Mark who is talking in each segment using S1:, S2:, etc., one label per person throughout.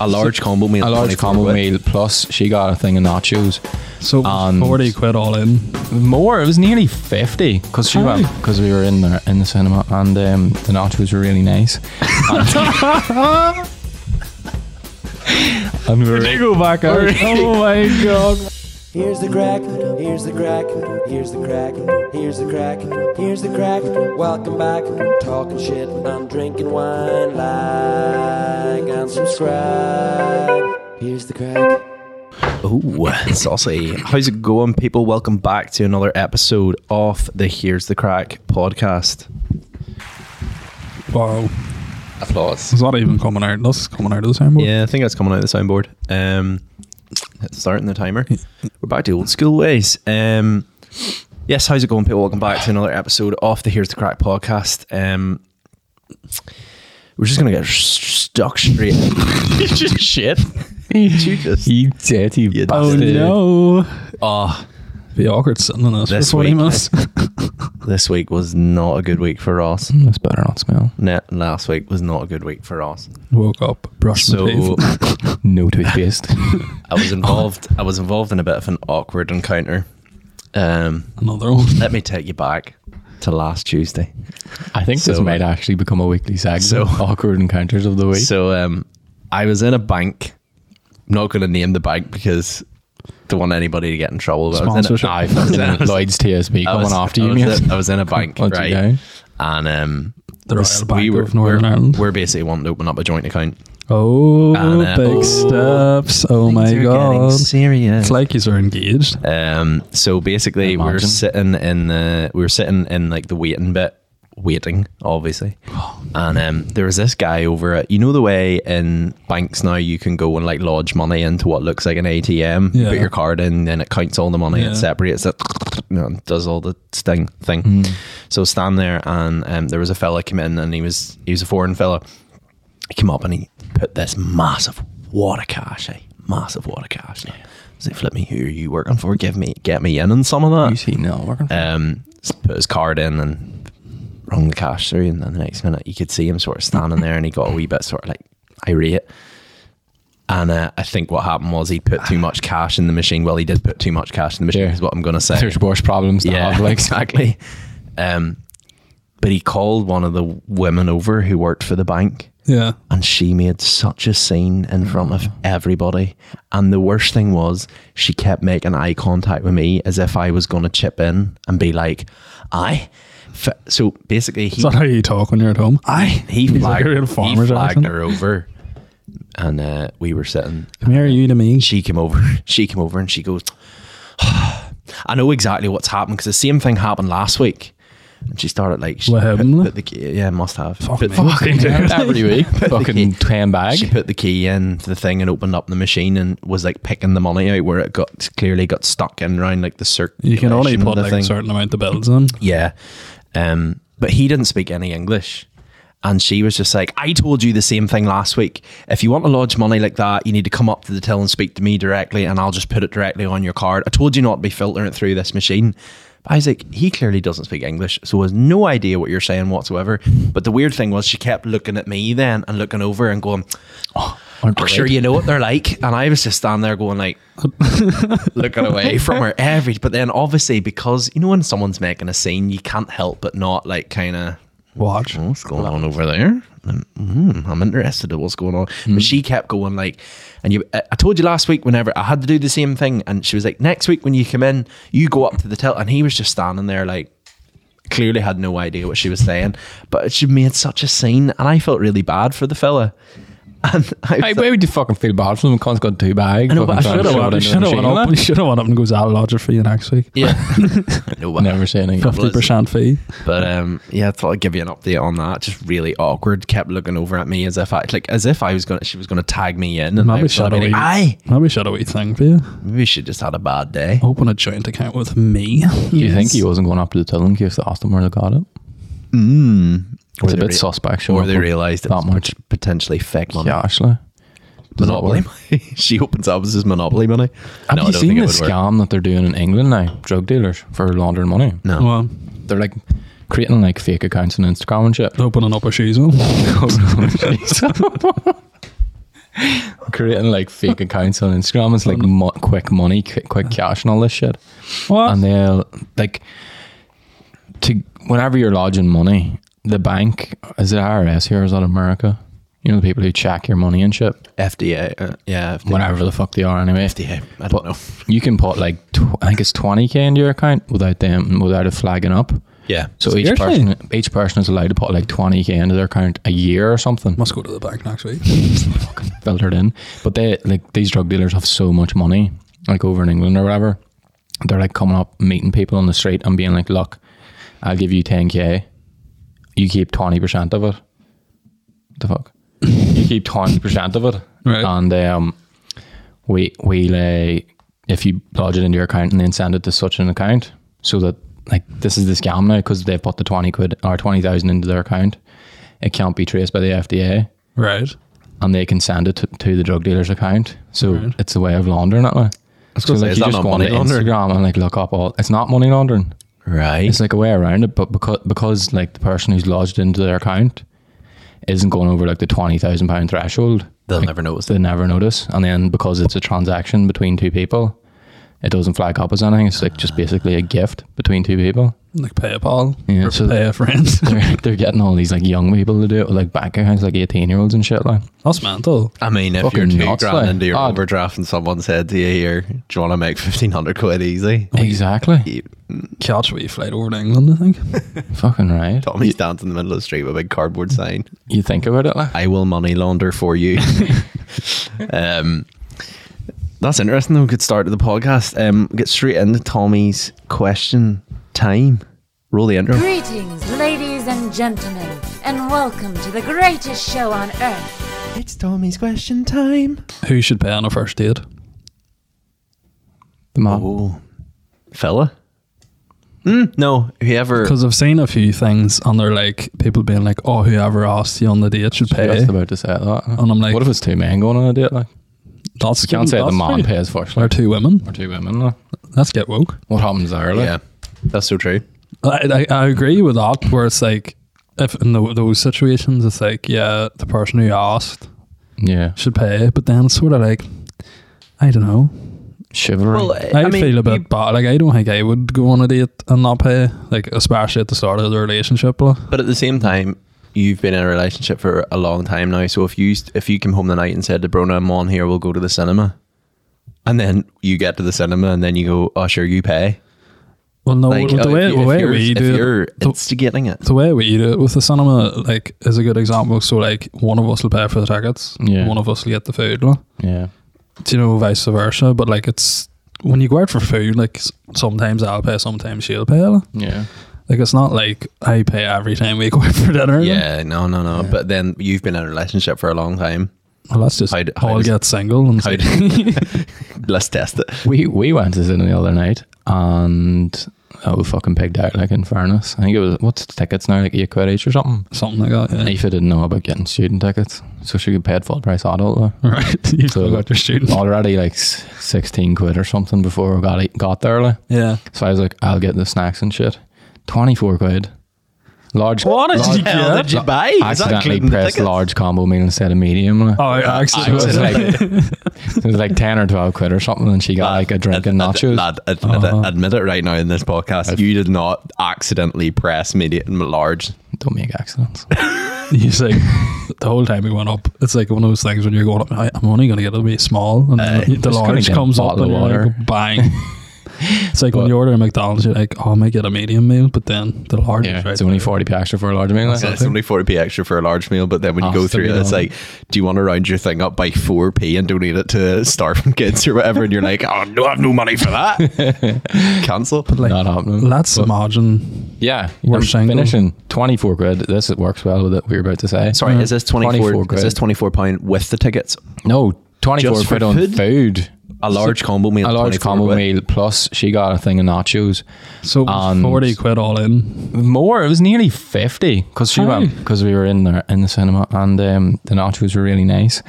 S1: a large combo meal.
S2: a large
S1: 24
S2: combo
S1: quid.
S2: meal plus she got a thing of nachos
S3: So it was
S2: And-
S3: 40 quid all in.
S2: more it was nearly 50 because she went
S3: Aye.
S2: because we were in there in the cinema and um, the nachos were really nice and, and we were
S3: go back out. oh my god.
S4: Here's the crack, here's the crack, here's the crack, here's the crack, here's the crack. Welcome back, talking shit, I'm drinking wine like and subscribe. Here's the crack.
S1: Ooh, saucy. How's it going, people? Welcome back to another episode of the Here's the Crack podcast.
S3: Wow.
S1: Applause.
S3: Is that even coming out? This is coming out of the soundboard.
S1: Yeah, I think that's coming out of the soundboard. Um, starting the timer. We're back to old school ways. Um, yes, how's it going, people? Welcome back to another episode of the Here's the Crack podcast. Um, we're just gonna get s- stuck straight. just shit. you just
S2: you dirty
S3: Oh
S2: bastard
S3: no.
S1: ah.
S3: Be awkward sitting in this,
S1: This
S3: for 40
S1: week.
S3: minutes.
S1: this week was not a good week for us.
S3: Hmm.
S2: that's better not smell
S1: Ne- last week was not a good week for us.
S3: Woke up, brushed my
S1: So
S3: teeth.
S2: no toothpaste
S1: I was involved. I was involved in a bit of an awkward encounter. Um,
S3: Another one.
S1: let me take you back to last Tuesday.
S2: I think this
S1: So, uh,
S2: might actually become a weekly segment
S1: so-
S2: awkward encounters of the week
S1: So um, I was in a bank. I'm not going to name the bank because don't want anybody to get in trouble. But I was in a-
S3: Sponsorship.
S2: I fucking Lloyd's TSB
S1: I
S2: coming
S1: was-
S2: after
S1: I
S2: you
S1: was,
S2: mate.
S1: in- I was in a bank,
S2: Once you
S1: right?
S2: down.
S1: And um,
S3: The
S1: this-
S3: Royal Bank of Northern
S1: we're,
S3: Ireland.
S1: We're basically wanting to open up a joint account.
S3: Oh,
S1: And, uh, oh,
S3: big steps. Oh my god.
S1: serious.
S3: It's like he's are engaged.
S1: Um, so basically, we were
S2: Imagine.
S1: sitting in the we were sitting in like the waiting bit, waiting obviously, and um, there was this guy over at you know the way in banks now you can go and like lodge money into what looks like an ATM, you
S3: Yeah.
S1: put your card in, then it counts all the money,
S3: Yeah.
S1: it separates it, you know, and does all the sting thing.
S3: Hmm.
S1: So stand there, and um, there was a fella came in, and he was he was a foreign fella. He came up and he put this massive wad of cash, eh? Massive wad of cash. Yeah. So he flipped me, who are you working for? Give me, get me in and some of that.
S2: you see no working
S1: Um, s- put his card in and rung the cash through. And then the next minute you could see him sort of standing there and he got a wee bit sort of like irate. And uh, I think what happened was he put too much cash in the machine. Well, he did put too much cash in the machine
S2: Yeah.
S1: is what I'm going to say
S2: there's worse problems to have like
S1: exactly. Um, but he called one of the women over who worked for the bank,
S3: Yeah.
S1: and she made such a scene in front
S3: Mm.
S1: of everybody. And the worst thing was, she kept making eye contact with me as if I was going to chip in and be like, "I." F-. So basically, he
S3: Is that how you talk when you're at home?
S1: I he
S3: He's like
S1: flagged,
S3: a real
S1: he
S3: farmer's
S1: flagged
S3: accent.
S1: her over, and uh, we were sitting
S3: Come here, you to me.
S1: she came over she came over and she goes i know exactly what's happened because the same thing happened last week and she started like she
S3: What happened?
S1: Put, put the key, yeah must have
S3: Fucking
S1: Put-
S3: hell.
S2: every week fucking
S1: key-
S2: twin bag
S1: she put the key in the thing and opened up the machine and was like picking the money out where it got clearly got stuck in around like the circulation
S3: You can only
S1: of
S3: put
S1: the
S3: like
S1: thing.
S3: a certain amount of bills in.
S1: Yeah. Um, but he didn't speak any English. And she was just like, I told you the same thing last week. If you want to lodge money like that, you need to come up to the till and speak to me directly, and I'll just put it directly on your card. I told you not to be filtering it through this machine. But I was like, he clearly doesn't speak English, so has no idea what you're saying whatsoever. But the weird thing was, she kept looking at me then and looking over and going,
S2: Aren't
S1: I'm
S2: they
S1: sure
S2: right?
S1: you know what they're like. And I was just standing there going like looking away from her every but then obviously because you know when someone's making a scene, you can't help but not like kinda "Oh,
S3: Watch.
S1: what's going on over there? Um, mm, I'm interested in what's going on. But she kept going like, and you, I I told you last week whenever I had to do the same thing, and she was like, next week when you come in, you go up to the till, and he was just standing there like, clearly had no idea what she was saying, but she made such a scene, and I felt really bad for the fella. And I
S2: Hey,
S1: was
S2: why would you fucking feel bad for them? Cons got two bags.
S1: I know, but
S2: fucking
S1: I
S2: trying to
S1: should've went-
S2: shove it into
S3: You should
S2: the
S3: have went
S2: machine,
S3: up. You
S2: like.
S3: should have went up and goes out lodger for you next week.
S1: Yeah. no, but,
S2: Never say anything.
S3: Fifty percent fee.
S1: but um, yeah, I thought I'd give you an update on that. Just really awkward. Kept looking over at me as if I like as if I was gonna she was gonna tag me in and I
S3: Maybe
S1: was
S3: shut
S1: gonna be
S3: away.
S1: like, aye.
S3: Maybe shut away thing for you.
S1: Maybe she just had a bad day.
S2: Oh.
S3: Open a joint account with me.
S2: You think he wasn't going up to the till in case they asked him where they got it?
S1: Hmm.
S2: It's
S1: Or
S2: a
S1: they
S2: bit
S1: rea-
S2: suspect. showing
S1: Or
S2: up
S1: they
S2: with
S1: realised it
S2: that
S1: was
S2: much.
S1: pot- potentially fake money.
S2: Yeah, actually. Does that
S1: Monopoly
S2: work?
S1: money. she opens up as monopoly money.
S2: Have you seen the
S1: work.
S2: scam that they're doing in England now? Drug dealers for laundering money.
S1: No.
S3: Well,
S2: They're like creating like fake accounts on Instagram and shit.
S3: opening up a shoes one.
S2: creating like fake accounts on Instagram. It's like mo- quick money, quick, quick cash, and all this shit.
S3: What?
S2: And they'll like to whenever you're lodging money, the bank is it IRS here or is that America? You know the people who check your money and shit.
S1: FDA. uh, yeah. FDA.
S2: Whatever the fuck they are, anyway.
S1: FDA. I don't know.
S2: You can put like tw- I think it's twenty k into your account without them without it flagging up.
S1: Yeah.
S2: So each
S3: Seriously?
S2: person each person is allowed to put like twenty k into their account a year or something.
S3: Must go to the bank next week.
S2: filtered in. But they like these drug dealers have so much money, like over in England or whatever. They're like coming up, meeting people on the street and being like, "Look, I'll give you ten k. You keep twenty percent of it. The fuck? you keep twenty percent of it,
S3: Right.
S2: and um, we we lay if you lodge it into your account and then send it to such an account, so that like this is the scam now because they've put the twenty quid or twenty thousand into their account. It can't be traced by the FDA
S3: Right.
S2: and they can send it to, to the drug dealer's account. So it's a way of laundering it. Like. So
S1: gonna say,
S2: like
S1: is
S2: you
S1: that
S2: just
S1: not
S2: go on
S1: money laundering?
S2: Instagram and like look up all. It's not money laundering.
S1: Right.
S2: It's like a way around it, but because because like the person who's lodged into their account isn't going over like the twenty thousand pound threshold,
S1: They'll
S2: like,
S1: never notice
S2: They never notice, and then because it's a transaction between two people, it doesn't flag up as anything. It's like
S1: Ah.
S2: just basically a gift between two people.
S3: Like PayPal.
S2: Yeah,
S3: Or
S2: so-
S3: pay a friend.
S2: They're, they're getting all these like young people to do it with like bank accounts, like eighteen year olds and shit like.
S3: That's mental.
S1: I mean, if
S2: Fucking
S1: you're two
S2: nuts,
S1: grand
S2: like.
S1: into your
S2: Odd.
S1: overdraft and someone said to you, here, do you want to make 1500 quid easy?
S2: Exactly.
S1: You,
S3: Catch we flight over to England, I think.
S2: Fucking right.
S1: Tommy stands in the middle of the street with a big cardboard sign.
S2: You think about it, like.
S1: I will money launder for you. um, that's interesting. Though. We could start the podcast. Um, get straight into Tommy's question time. Roll the intro.
S5: Greetings, ladies and gentlemen, and welcome to the greatest show on earth.
S1: It's Tommy's question time.
S3: Who should pay on a first date?
S2: The man.
S1: Oh, fella. Mm, no, whoever.
S3: Because I've seen a few things and they're like people being like, Oh, whoever asked you on the date should pay.
S2: Just about to say that.
S3: And I'm like-
S2: what if it's two men going on a date? Like,
S3: That's
S2: you can't say the
S3: that's
S2: man
S3: free.
S2: pays first.
S3: Or
S2: Like,
S3: two women.
S2: or two women. Like.
S3: Let's get woke.
S2: What happens there? Like?
S1: Yeah, that's so true.
S3: I, I, I agree with that. Where it's like, if in tho- those situations, it's like, yeah, the person who asked
S2: yeah,
S3: should pay, but then it's sort of like, I don't know.
S2: chivalry.
S3: I, feel a bit bad. Like I don't think I would go on a date and not pay. Like especially at the start of the relationship. Like.
S1: But at the same time, you've been in a relationship for a long time now. So if you if you came home tonight and said to Brona, "I'm on here, we'll go to the cinema," and then you get to the cinema and then you go, "Oh, sure, you pay."
S3: Oh, Well, no,
S1: Like,
S3: the
S1: uh,
S3: way,
S1: if,
S3: the
S1: you- if
S3: way
S1: you're,
S3: we
S1: if
S3: do it,
S1: you're
S3: the-
S1: instigating it,
S3: the way we do it with the cinema, like is a good example. So like one of us will pay for the tickets,
S2: Yeah.
S3: one of us will get the food. Like.
S2: Yeah,
S3: Do you know vice versa? But like it's when you go out for food, like s- sometimes I'll pay, sometimes she'll pay. Like.
S2: yeah.
S3: Like it's not like I pay every time we go out for dinner.
S1: yeah, no, no, no. But then you've been in a relationship for a long time.
S3: Well, that's just
S1: How
S3: how,
S1: d- how
S3: I
S1: does-
S3: get single and
S1: How
S3: see-
S1: do- Let's test it.
S2: We we went to Sydney the other night and oh, we fucking pigged out. Like in fairness, I think it was what's the tickets now? Like eight quid each or something.
S3: something like that.
S2: And
S3: Yeah.
S2: Aoife didn't know about getting student tickets, so she could pay at full price adult. Though.
S3: Right. You
S2: So-
S3: so got your student.
S2: Already like s- sixteen quid or something before we got got there. Like.
S3: Yeah.
S2: So I was like, I'll get the snacks and shit. Twenty four quid. Large.
S3: What did
S2: large,
S3: you
S1: Hell,
S3: get?
S1: did you buy? Is that
S2: accidentally
S1: including the
S2: pressed
S1: tickets?
S2: large combo meal instead of medium. like.
S3: Oh, yeah, actually,
S2: So it was like it was like ten or twelve quid or something, and she got like a drink and
S1: Ad-
S2: nachos.
S1: lad, admit,
S3: Uh-huh.
S1: it, admit it right now in this podcast. you did not accidentally press medium large.
S2: Don't make accidents.
S3: he's like the whole time we went up. It's like one of those things when you're going up. "I- I'm only going to get a wee small, and then the
S2: Uh, just gonna
S3: large
S2: get a
S3: comes up
S2: bottle
S3: and
S2: of
S3: you're
S2: water.
S3: like, bang. It's like when you order a McDonald's, you're like, oh, I might get a medium meal, but then the large
S2: Yeah,
S3: is right.
S2: it's only
S3: there.
S2: forty p extra for a large meal.
S1: Yeah, it's only 40p extra for a large meal, but then when you
S2: Oh,
S1: go
S2: it's
S1: through it, it's
S2: $30.
S1: like, do you want to round your thing up by 4p and donate it to starving kids or whatever? And you're like, oh, no, I have no money for that. Cancel.
S3: Like,
S2: Not happening.
S3: Let's imagine.
S2: yeah,
S3: We're
S2: I'm
S3: single.
S2: finishing twenty four quid. This it works well with what we were about to say.
S1: Sorry, is this 24,
S2: 24 uh, quid.
S1: is this 24 pound with the tickets?
S2: no twenty four
S1: Just for
S2: quid on
S1: food?
S2: food.
S1: A large combo meal.
S2: A large
S1: 24
S2: combo
S1: quid.
S2: meal plus she got a thing of nachos.
S3: So it was
S2: And-
S3: forty quid all in.
S2: More, it was nearly fifty because she went because we were in there in the cinema and um, the nachos were really nice.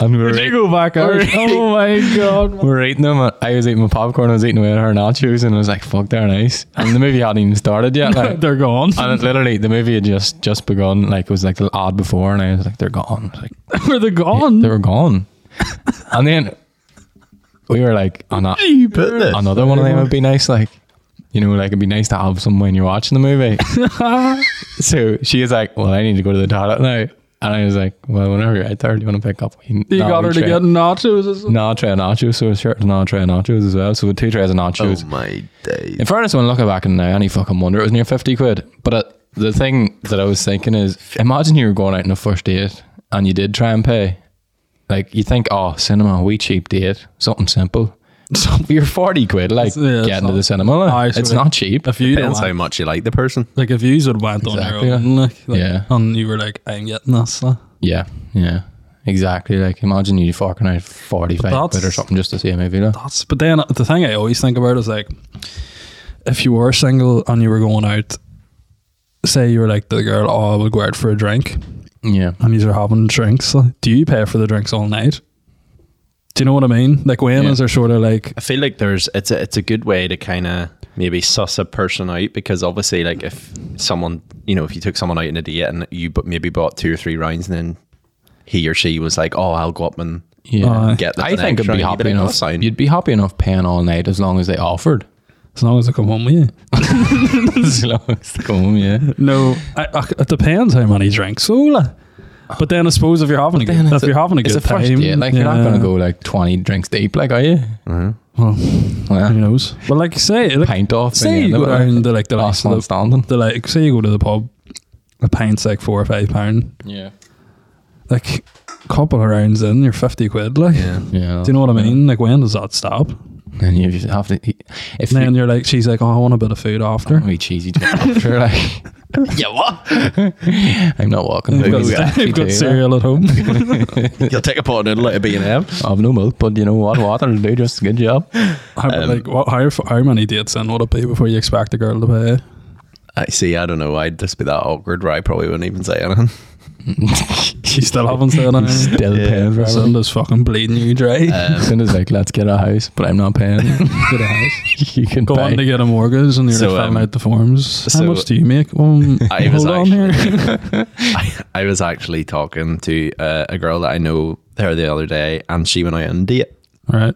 S2: and we were,
S3: You
S2: eat-
S3: go back out. Oh my god.
S2: we were eating them. and I was eating my popcorn. I was eating away at her nachos, and I was like, "Fuck, they're nice." And the movie hadn't even started yet. Like,
S3: They're gone.
S2: and it literally, the movie had just just begun. Like it was like the odd before, and I was like, "They're gone." I was like,
S3: Where they're gone.
S2: they were gone. and then we were like, oh, no,
S1: You put this.
S2: another one of them would be nice. Like, you know, like it'd be nice to have some when you're watching the movie. so she was like, well, I need to go to the toilet now. And I was like, well, whenever you're out there, do you want to pick up?
S3: you got her to get nachos or something.
S2: No, I'll try nachos. So a shirt and I'll try nachos as well. So with two trays of nachos.
S1: Oh
S3: Oh.
S1: my days.
S2: In fairness, when I look back and now, any fucking wonder it was near 50 quid. But uh, the thing that I was thinking is imagine you were going out on a first date and you did try and pay. Like, you think, oh, cinema, we cheap date, something simple. You're 40 quid, like,
S3: It's- yeah, it's
S2: getting to
S3: not-
S2: the cinema. like,
S3: Aye, so
S2: it's
S3: it-
S2: not cheap.
S3: If you don't
S1: Depends how
S3: like,
S1: much you like the person.
S3: like if you would went on
S2: Exactly.
S3: your own, like, like,
S2: Yeah.
S3: and you were like, I'm getting this. Like.
S2: Yeah, yeah, exactly. Like, imagine you fucking out 45
S3: that's-
S2: quid or something just to see a movie. Like.
S3: That's but then the thing I always think about is like if you were single and you were going out, say you were like the girl, oh, we'll go out for a drink
S2: Yeah.
S3: and you are having drinks. like, Do you pay for the drinks all night? Do you know what I mean? Like when
S2: Yeah.
S3: is there sort of like
S1: I feel like there's it's a it's a good way to kind of maybe suss a person out because obviously like if someone you know if you took someone out on a date and you but maybe bought two or three rounds and then he or she was like oh I'll go up and
S2: Yeah.
S3: Aye.
S1: get the
S2: I think it'd be happy
S1: "Oh,
S2: enough. You'd be happy enough paying all night as long as they offered.
S3: as long as I come home with you?
S2: as long as they come, yeah.
S3: No, I, I, it depends how many drinks. So, like, but then I suppose if you're having a
S2: Then
S3: good, if
S2: it's
S3: you're having a good
S2: it's
S3: time,
S2: first date. Like you're not
S3: yeah.
S2: gonna go like twenty drinks deep, like are you?
S3: Well, who
S2: Well,
S3: knows? But like say, like,
S2: pint off.
S3: say you go down to like the
S2: last
S3: last
S2: one
S3: of the
S2: standing.
S3: the like say you go to the pub, a pint's like four or five pound.
S2: Yeah,
S3: Like couple of rounds in, you're fifty quid. Like,
S1: yeah
S2: yeah.
S3: do you know what I mean? Like, when does that stop?
S2: And you just have to. Eat. If
S3: And then
S2: you,
S3: you're like, she's like, oh, I want a bit of food after.
S2: be cheesy to after, like
S1: yeah what
S2: I'm not walking. home.
S3: I've got,
S2: You actually
S3: I've got
S2: do that.
S3: cereal at home.
S1: you'll take a pot and let it be an M
S2: I've no milk, but you know what? Water will do just a good job.
S3: how,
S2: Um,
S3: like, what, how how many dates in would it be before you expect a girl to pay?
S1: I see I don't know I'd just be that awkward where I probably wouldn't even say anything
S3: She still haven't said anything.
S2: Still
S1: Yeah.
S2: paying for
S3: Your
S2: everything.
S3: son is fucking bleeding you dry.
S1: Eh,
S2: As soon as like, let's get a house, but I'm not paying. get a house. you can
S3: Go
S2: pay.
S3: on to get a mortgage and you're
S1: So,
S3: like filling
S1: um,
S3: out the forms.
S1: so-
S3: how much do you make? Um,
S1: I Ah, was
S3: hold on
S1: actually-
S3: here.
S1: I, I was actually talking to uh, a girl that I know her the other day and she went out on a date
S3: All right.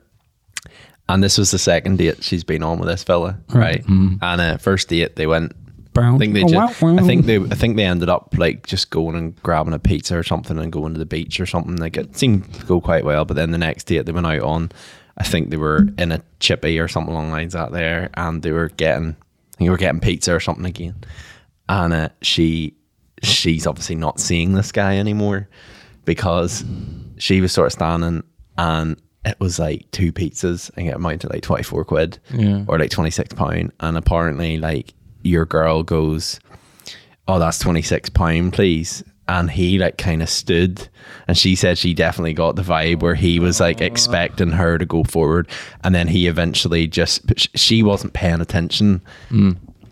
S1: and this was the second date she's been on with this fella right and uh, first date they went
S3: Brown.
S1: I think they just, I think they I think they ended up like just going and grabbing a pizza or something and going to the beach or something. Like it seemed to go quite well. But then the next date they went out on, I think they were in a chippy or something along the lines out there, and they were getting I think they were getting pizza or something again. And uh, she she's obviously not seeing this guy anymore because she was sort of standing and it was like two pizzas and it amounted to like 24 quid
S2: Yeah.
S1: or like 26 pound and apparently like your girl goes oh that's 26 pound please and he like kind of stood and she said she definitely got the vibe where he was like expecting her to go forward and then he eventually just but sh- she wasn't paying attention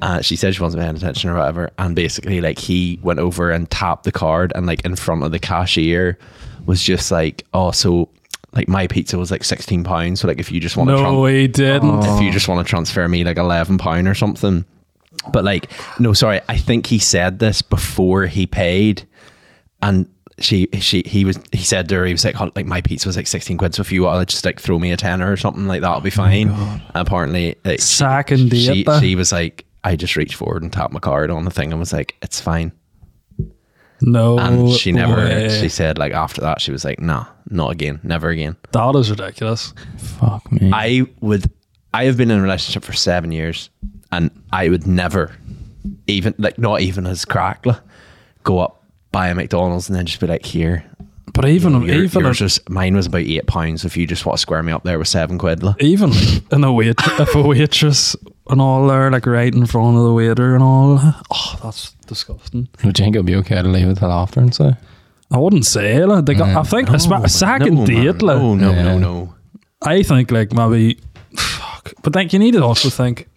S1: uh, she said she wasn't paying attention or whatever and basically like he went over and tapped the card and like in front of the cashier was just like oh so like my pizza was like 16 pounds so like if you just want to
S3: No, he didn't.
S1: if you just want to transfer me like 11 pound or something but like no sorry i think he said this before he paid and she she he was he said to her he was like "Oh, like my pizza was like 16 quid so if you want to just like throw me a tenner or something like that'll be fine and apparently like, she-
S3: Oh Sack and
S1: she,
S3: dieta.
S1: she was like i just reached forward and tapped my card on the thing and was like it's fine
S3: No,
S1: and she never
S3: way.
S1: she said like after that she was like nah not again never again
S3: that is ridiculous.
S2: Fuck me.
S1: I would I have been in a relationship for seven years and I would never even like not even as crackler go up buy a McDonald's and then just be like here
S3: But even
S1: your,
S3: even
S1: yours was, mine was about eight pounds if you just want to square me up there with seven quid like.
S3: even like, in a wait if a waitress and all there like right in front of the waiter and all. Oh, that's disgusting.
S2: Would you think it'd be okay to leave it till after and so?
S3: I wouldn't say like, they got, I think a, sma- a second
S1: no, Oh, man.
S3: date like,
S1: no no
S2: Yeah.
S1: no no
S3: I think like maybe fuck. But like you need to also think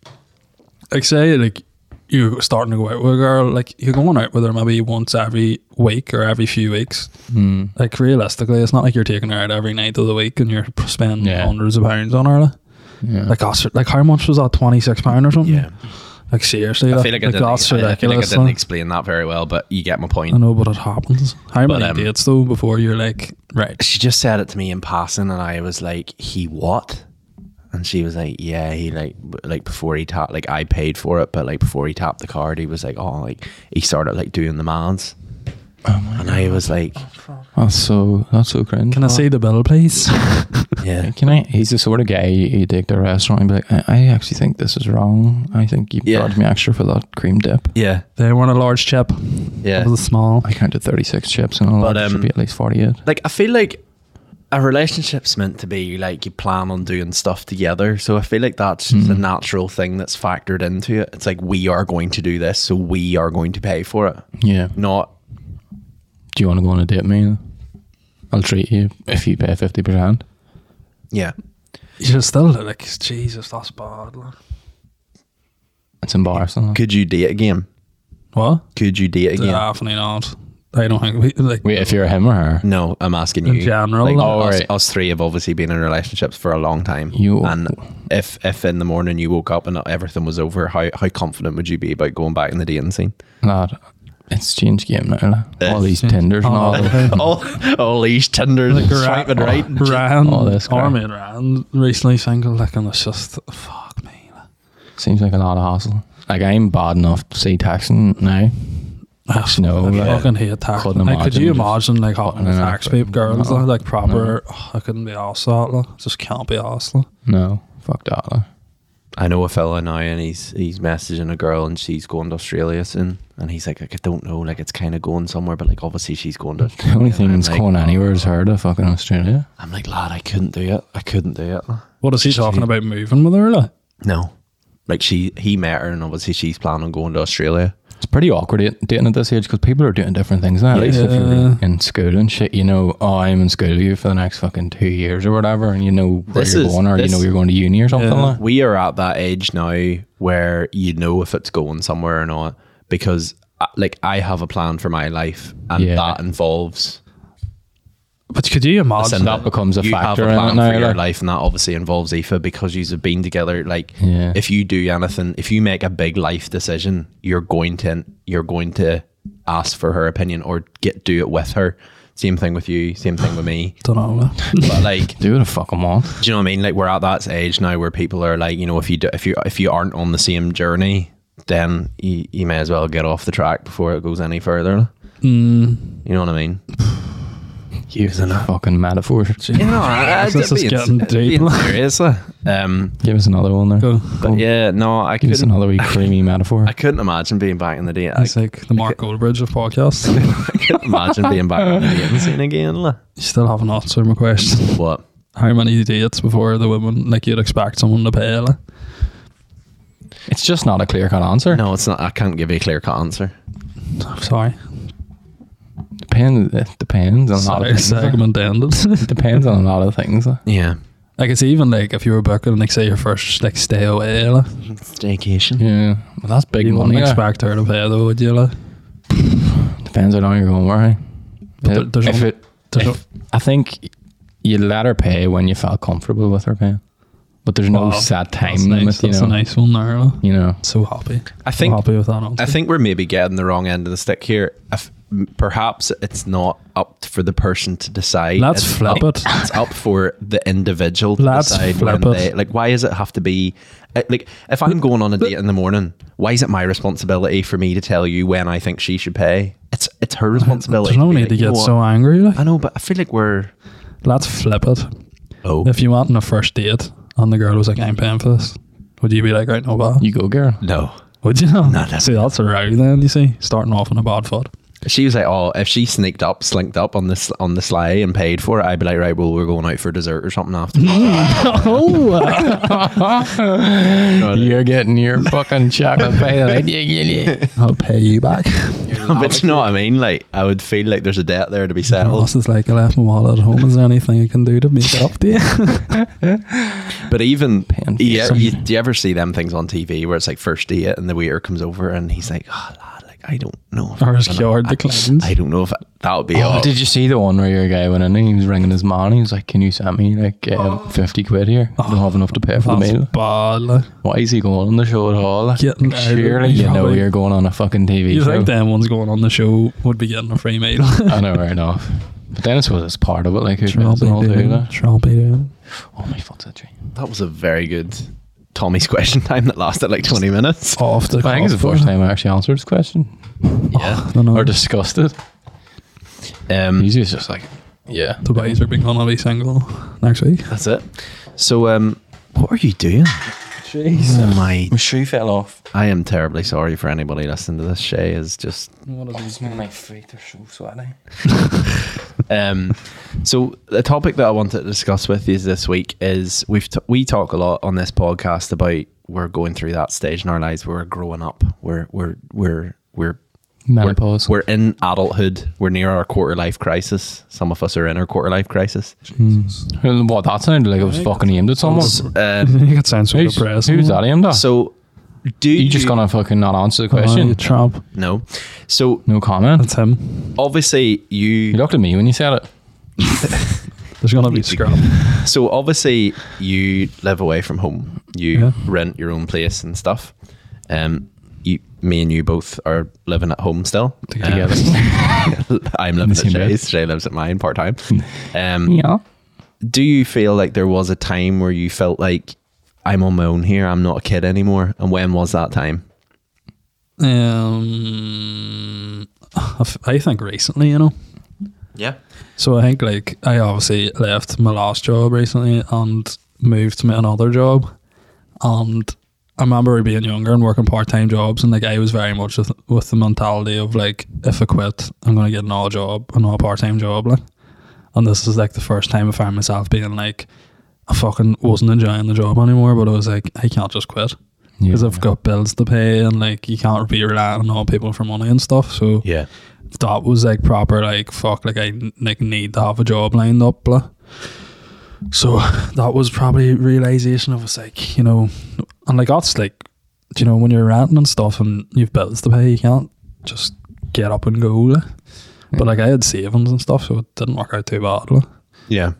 S3: like say like you're starting to go out with a girl, like you're going out with her maybe once every week or every few weeks.
S2: Mm.
S3: Like realistically, it's not like you're taking her out every night of the week and you're spending
S2: Yeah.
S3: hundreds of pounds on her. Like,
S2: Yeah.
S3: like, that's, like how much was that? Twenty six pound or something?
S1: Yeah.
S3: Like seriously,
S1: I
S3: that-
S1: feel like I
S3: like,
S1: didn't,
S3: that's
S1: I, I feel like I
S3: ridiculous.
S1: didn't
S3: like.
S1: explain that very well, but you get my
S3: I
S1: point.
S3: know, but it happens. How
S1: But,
S3: many
S1: um,
S3: dates though before you're like, right?
S1: She just said it to me in passing, and I was like, "He what?" And she was like, "Yeah, he like b- like before he tapped, like I paid for it, but like before he tapped the card, he was like, oh, like he started like doing the man's." and I was like,
S2: That's so that's so cringe.
S3: Can I see the bill, please?
S1: "Yeah,
S2: Can I? He's the sort of guy you, you take to a restaurant and be like, I, I actually think this is wrong. I think you
S1: Yeah.
S2: charged me extra for that cream dip.
S1: yeah,
S3: they weren't a large chip.
S1: yeah."
S3: It was a small.
S2: I counted 36 chips and all
S1: But,
S2: that. should
S1: um,
S2: be at least 48.
S1: like I feel like a relationship's meant to be like you plan on doing stuff together. So I feel like that's just a natural thing that's factored into it. It's like we are going to do this, so we are going to pay for it.
S2: Yeah.
S1: Not
S2: Do you want to go on a date, me? I'll treat you if you pay 50%.
S1: yeah.
S3: You're still like, Jesus, that's bad. Like.
S2: It's embarrassing.
S1: Could you date again?
S3: What?
S1: Could you date again?
S3: Definitely not. I don't think we like.
S2: Wait, if you're him or her,
S1: no, I'm asking you.
S3: In general,
S1: Like,
S3: no.
S1: us,
S2: Alright.
S1: us three have obviously been in relationships for a long time.
S2: You-
S1: and if if in the morning you woke up and everything was over, how how confident would you be about going back in the dating scene?
S2: lad, it's changed game now. lad.
S1: Yeah.
S2: All these Tinders and all.
S1: all all these Tinders
S3: Like
S1: swiping right. and
S3: Ryan,
S2: all this crap.
S3: Army and Ryan recently single, like, and it's just fuck me. like.
S2: Seems like a lot of hassle. Like, I'm bad enough to see texting now.
S3: I
S2: no,
S3: fucking
S2: like,
S3: fucking hate tax.
S2: couldn't
S3: Like, could you
S2: imagine
S3: imagine like having
S2: No,
S3: to
S2: no,
S3: tax
S2: couldn't.
S3: people girls
S2: No.
S3: like, like proper? oh, I couldn't be arsed that. Like. Just can't be arsed. Like.
S2: No, fuck that. lad.
S1: I know a fella now, and he's he's messaging a girl, and she's going to Australia soon. And he's like, like I don't know, like it's kind of going somewhere, but like obviously she's going to.
S2: The only thing
S1: I'm
S2: that's
S1: like, "Oh."
S2: going anywhere is her to fucking Australia.
S1: I'm like, lad, I couldn't do it. I couldn't do it.
S3: What is he talking about moving with her? Like?
S1: No, like she he met her, and obviously she's planning on going to Australia.
S2: It's pretty awkward dat- dating at this age because people are doing different things now. At least if
S3: Yeah.
S2: you're in school and shit, you know, oh, I'm in school with you for the next fucking two years or whatever, and you know where
S1: This
S2: you're
S1: is-
S2: going or
S1: this-
S2: you know you're going to uni or something
S3: Yeah.
S2: like
S1: We are at that age now where you know if it's going somewhere or not because uh, like I have a plan for my life, and
S2: Yeah.
S1: that involves
S3: But could you imagine?
S1: and
S2: that becomes a
S1: you
S2: factor in
S1: have a
S2: it
S1: plan
S2: now,
S1: for your
S2: like-
S1: life, and that obviously involves Aoife because you've been together. Like,
S2: Yeah.
S1: if you do anything, if you make a big life decision, you're going to you're going to ask for her opinion or get do it with her. Same thing with you. Same thing with me.
S3: Don't know.
S1: But like,
S2: Do what I fucking want.
S1: do you know what I mean? Like, we're at that age now where people are like, you know, if you do, if you if you aren't on the same journey, then you, you may as well get off the track before it goes any further.
S3: Hmm,
S1: You know what I mean?
S2: Using fucking metaphor.
S1: You know, I, I,
S3: This is
S1: being-
S3: getting deep.
S1: being serious. uh, Um,
S2: Give us another one there.
S3: Go.
S1: but yeah, no, I
S2: Give us
S1: couldn't-
S2: another wee creamy metaphor.
S1: I couldn't imagine being back in the day. I
S3: It's like the Mark Goldbridge of podcasts.
S1: couldn't imagine being back in the dating scene again. like.
S3: you still haven't answered my question.
S1: What?
S3: how many dates before the woman like you'd expect someone to pay like.
S2: It's just not a clear cut answer.
S1: No, it's not. I can't give you a clear cut answer.
S3: sorry
S2: Depends. It depends on a lot of
S3: sorry
S2: things. like.
S3: segment ended
S2: Depends on a lot of things. like.
S1: Yeah.
S3: like it's even like if you were booking like say your first like stay away like,
S1: Staycation.
S2: Yeah, well, that's big
S3: you
S2: money.
S3: wouldn't
S2: like.
S3: expect her to pay though would you like?
S2: Depends on how you're going. Where?
S3: But there- there's
S2: if
S3: only-
S2: it
S3: There's
S2: If- I think you let her pay when you felt comfortable with her paying, but there's no
S3: Wow.
S2: set time
S3: that's
S2: limit.
S3: nice.
S2: you
S3: that's
S2: know,
S3: a nice one there like.
S2: you know,
S3: so happy
S1: I think-
S3: so happy with that answer.
S1: I think we're maybe getting the wrong end of the stick here. If, perhaps it's not up for the person to decide.
S3: Let's
S1: It's
S3: flip
S1: up-
S3: it.
S1: It's up for the individual to
S3: Let's
S1: decide
S3: flip
S1: when
S3: it.
S1: they like. Why does it have to be uh, like if I'm going on a date in the morning? Why is it my responsibility for me to tell you when I think she should pay? It's it's her responsibility.
S3: there's no
S1: be
S3: need
S1: like,
S3: to
S1: "You know
S3: get
S1: what?
S3: so angry like.
S1: I know, but I feel like we're
S3: let's flip it
S1: oh
S3: if you went on a first date and the girl was like I'm paying for this would you be like right no bad
S2: you go, girl.
S1: no.
S3: would you no
S1: that's-
S3: see that's a row then you see starting off on a bad foot
S1: She was like, "Oh, if she sneaked up, slinked up on this on the sly and paid for it, I'd be like, right, well, we're going out for dessert or something after."
S2: You're getting your fucking chocolate pie.
S3: I'll pay you back.
S1: but you know what I mean? Like, I would feel like there's a debt there to be settled.
S3: Ross is like, I left my wallet at home. Is there anything I can do to make it up to you?
S1: But even,
S2: Paying for
S1: yeah,
S2: something.
S1: you, do you ever see them things on TV where it's like first date and the waiter comes over and he's like, "Oh, lad, like I don't know." If
S3: Or
S1: I'm
S3: his
S1: gonna-
S3: yard
S1: I-
S3: declines.
S1: I don't know if that would be.
S2: Oh,
S1: all.
S2: did you see the one where your guy went in and he was ringing his man? He was like, "Can you send me like um,
S3: Oh.
S2: fifty quid here? I don't have enough to pay for the meal."
S3: bad. like.
S2: Why is he going on the show at all? Like,
S3: Getting out of
S2: surely
S3: it,
S2: you know
S3: probably.
S2: you're going on a fucking TV
S3: You
S2: show.
S3: think them ones going on the show would be getting a free meal?
S2: I know, right enough. But then I suppose it's part of it. Like, who
S3: Sure I'll
S2: does
S3: be
S2: it all do
S3: doing.
S2: that?
S3: Sure I'll be doing.
S2: Oh my fuck's that tree.
S1: That was a very good Tommy's question time that lasted like 20 minutes.
S3: Off the.
S2: I think it's the
S3: cuff,
S2: first
S3: like.
S2: time I actually answered this question
S1: Yeah.
S3: I don't know.
S2: or discussed it.
S1: Um,
S2: Oh,
S3: Hmm.
S2: He's just like, yeah.
S3: The boys are being gonna be single next week.
S1: that's it. So, um, what are you doing? Jeez. Oh my.
S2: My shoe fell off.
S1: I am terribly sorry for anybody listening to this. Shay is just.
S2: my feet are so sweaty.
S1: Um, so, the topic that I wanted to discuss with you this week is we've t- we talk a lot on this podcast about we're going through that stage in our lives where we're growing up. We're we're we're we're
S2: Menopause.
S1: We're, we're in adulthood. We're near our quarter life crisis. Some of us are in our quarter life crisis.
S2: Well, What that sounded like it was fucking aimed at someone.
S1: Um,
S3: You could sound so
S2: Who's,
S3: depressed.
S2: who's that aimed at?
S1: So, do
S2: Ah. you just gonna fucking not answer the question?
S3: you tramp.
S1: no? So
S2: no comment.
S3: Oh, That's him.
S1: obviously
S2: You
S1: you.
S2: looked at me when you said it.
S3: There's gonna be scrap.
S1: So obviously you live away from home. You
S3: Yeah.
S1: rent your own place and stuff. Um, you, me and you both are living at home still.
S2: Together.
S1: Um, I'm living
S2: same
S1: at
S2: bed.
S1: Shay's. Shay lives at mine part time. Um,
S2: Yeah.
S1: Do you feel like there was a time where you felt like I'm on my own here? I'm not a kid anymore. And when was that time?
S3: Um, I f- I think recently, you know.
S1: Yeah.
S3: So I think like I obviously left my last job recently and moved to my another job, and I remember being younger and working part time jobs, and like I was very much with, with the mentality of like if I quit, I'm gonna get an all job, an all part time job, like. And this is like the first time I found myself being like, I fucking wasn't enjoying the job anymore, but I was like, I can't just quit because I've got bills to pay and like you can't be relying on all people for money and stuff. So
S1: Yeah.
S3: that was like proper like fuck like I like need to have a job lined up blah. so that was probably realization of it's like you know and like that's like you know when you're renting and stuff and you've bills to pay you can't just get up and go like. but like I had savings and stuff so it didn't work out too bad like.
S1: Yeah.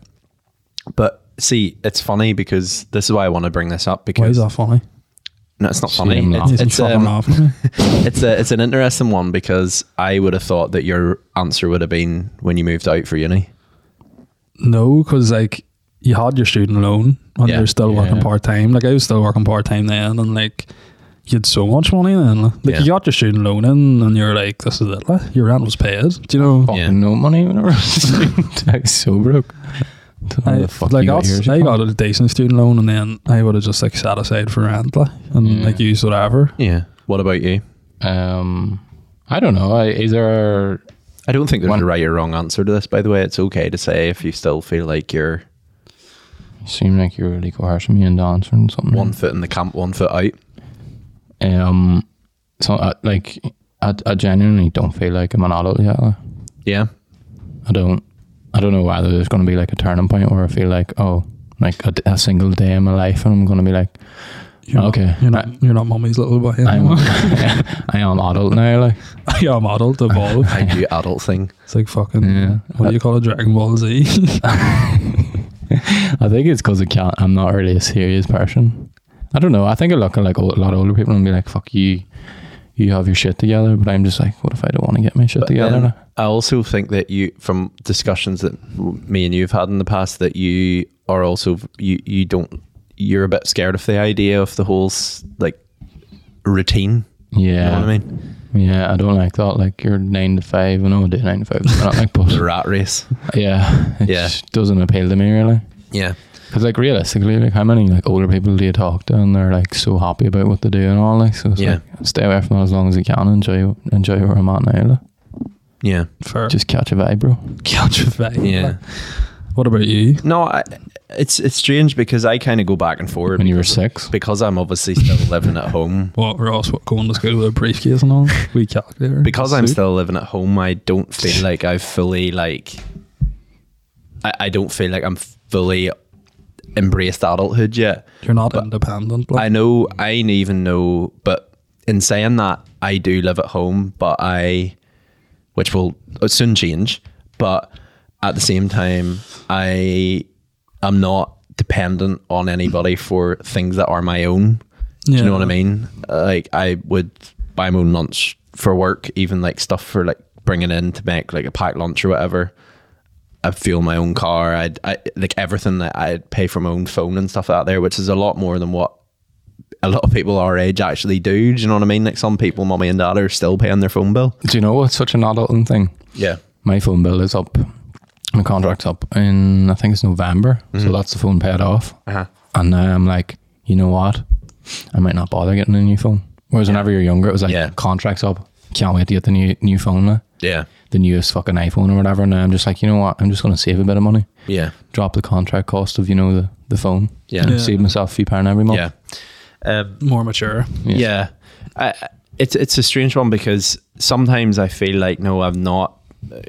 S1: But see, it's funny because this is why I want to bring this up
S3: why
S1: because
S3: is that funny
S1: no, it's not
S2: Shame
S1: funny.
S2: laugh.
S1: It's,
S3: Isn't
S1: it's,
S3: fucking
S1: um,
S3: laughing at me?
S1: it's a it's an interesting one because I would have thought that your answer would have been when you moved out for uni.
S3: No, because like you had your student loan and
S1: Yeah.
S3: you're still working
S2: Yeah.
S3: part time. Like I was still working part time then, and like you had so much money then. Like
S1: Yeah.
S3: you got your student loan in, and you're like, this is it. Like, your rent was paid. Do you know?
S2: Fucking
S1: Yeah.
S2: no money whenever I was I was so broke. Don't know
S3: I,
S2: where the fuck
S3: like
S2: you got
S3: that's-
S2: yours
S3: I
S2: from.
S3: got a decent student loan, and then I would have just like set aside for rent, like, and
S2: Mm.
S3: like use whatever.
S1: Yeah. What about you?
S2: Um, I don't know. I either
S1: I don't think there's
S2: One-
S1: a right or wrong answer to this. By the way, it's okay to say if you still feel like you're
S2: seem like you're really coercing me into answering something.
S1: one foot in the camp, one foot out.
S2: Um, so I, like I, I genuinely don't feel like I'm an adult yet. like.
S1: Yeah.
S2: I don't. I don't know whether there's going to be like a turning point where I feel like oh, like a, d- a single day in my life, and I'm going to be like,
S3: You're
S2: Okay.
S3: not, you're not you're not mummy's little boy.
S2: I'm,
S3: anymore.
S2: I am adult now. Like,
S3: yeah, I'm adult evolved.
S1: I do adult thing.
S3: It's like fucking
S2: Yeah.
S3: what do you call a Dragon Ball Z?
S2: I think it's because I can't. I'm not really a serious person. I don't know. I think I look at like a lot of older people and be like, "Fuck you, you have your shit together." But I'm just like, what if I don't want to get my shit together?
S1: Then
S2: now?
S1: I also think that you, from discussions that w- me and you have had in the past, that you are also you you don't you're a bit scared of the idea of the whole s- like routine.
S2: yeah,
S1: You know what I mean?
S2: yeah. I don't like that. Like you're nine to five. I know I do nine to five. but I don't like,
S1: The
S2: but
S1: rat race.
S2: yeah, it
S1: Yeah.
S2: just doesn't appeal to me really.
S1: Yeah.
S2: Because like realistically, like how many like older people do you talk to and they're like so happy about what they do and all like so it's
S1: Yeah.
S2: like stay away from that as long as you can enjoy enjoy where I'm at now. Like.
S1: Yeah.
S3: for
S2: Just catch a vibe, bro.
S3: catch a vibe.
S1: Yeah.
S3: What about you?
S1: No, I, it's it's strange because I kind of go back and forward
S2: When you were six,
S1: because I'm obviously still living at home.
S3: What Ross? What going to school with a briefcase and all? We calculator.
S1: Because I'm
S3: Suit?
S1: still living at home, I don't feel like I've fully like. I, I don't feel like I'm fully embraced adulthood yet.
S3: you're not independent. Like,
S1: I know I n- even know, but in saying that, I do live at home, but I, which will uh, soon change, but at the same time, I am not dependent on anybody for things that are my own. Do you
S3: Yeah.
S1: know what I mean? Like I would buy my own lunch for work, even like stuff for like bringing in to make like a packed lunch or whatever. I fuel my own car. I'd I, like everything that I'd pay for my own phone and stuff out there, which is a lot more than what a lot of people our age actually do. Do you know what I mean? Like some people, mommy and dad are still paying their phone bill.
S2: do you know what's such an adulting thing?
S1: Yeah.
S2: My phone bill is up. My contract's up in I think it's November, so that's the phone paid off.
S1: Mm-hmm. Uh-huh.
S2: And now I'm like, you know what? I might not bother getting a new phone. Whereas whenever you're younger, it was like
S1: Yeah.
S2: contracts up. Can't wait to get the new new phone now.
S1: Yeah.
S2: the newest fucking iPhone or whatever. Now I'm just like, you know what? I'm just going to save a bit of money,
S1: Yeah.
S2: drop the contract cost of you know the, the phone,
S1: Yeah.
S2: and
S1: Yeah.
S2: save myself a few pound every month.
S1: Yeah. Um,
S3: more mature.
S1: Yeah, I, I- it's it's a strange one because sometimes I feel like no, I've not.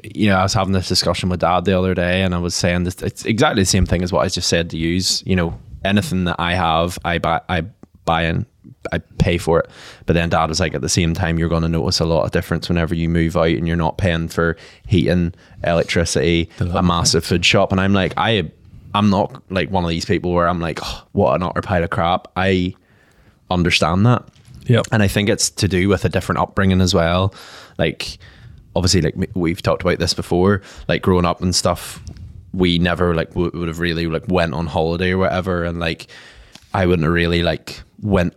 S1: You know, I was having this discussion with Dad the other day, and I was saying this. It's exactly the same thing as what I just said to use. You know, anything that I have, I buy, I buy and I pay for it. But then Dad was like, at the same time, you're going to notice a lot of difference whenever you move out and you're not paying for heating, electricity, a massive food shop. And I'm like, I, I'm not like one of these people where I'm like, oh, what an utter pile of crap. I understand that.
S3: Yep.
S1: And I think it's to do with a different upbringing as well. Like, obviously, like m- we've talked about this before, like growing up and stuff, we never like w- would have really like went on holiday or whatever. And like, I wouldn't have really like went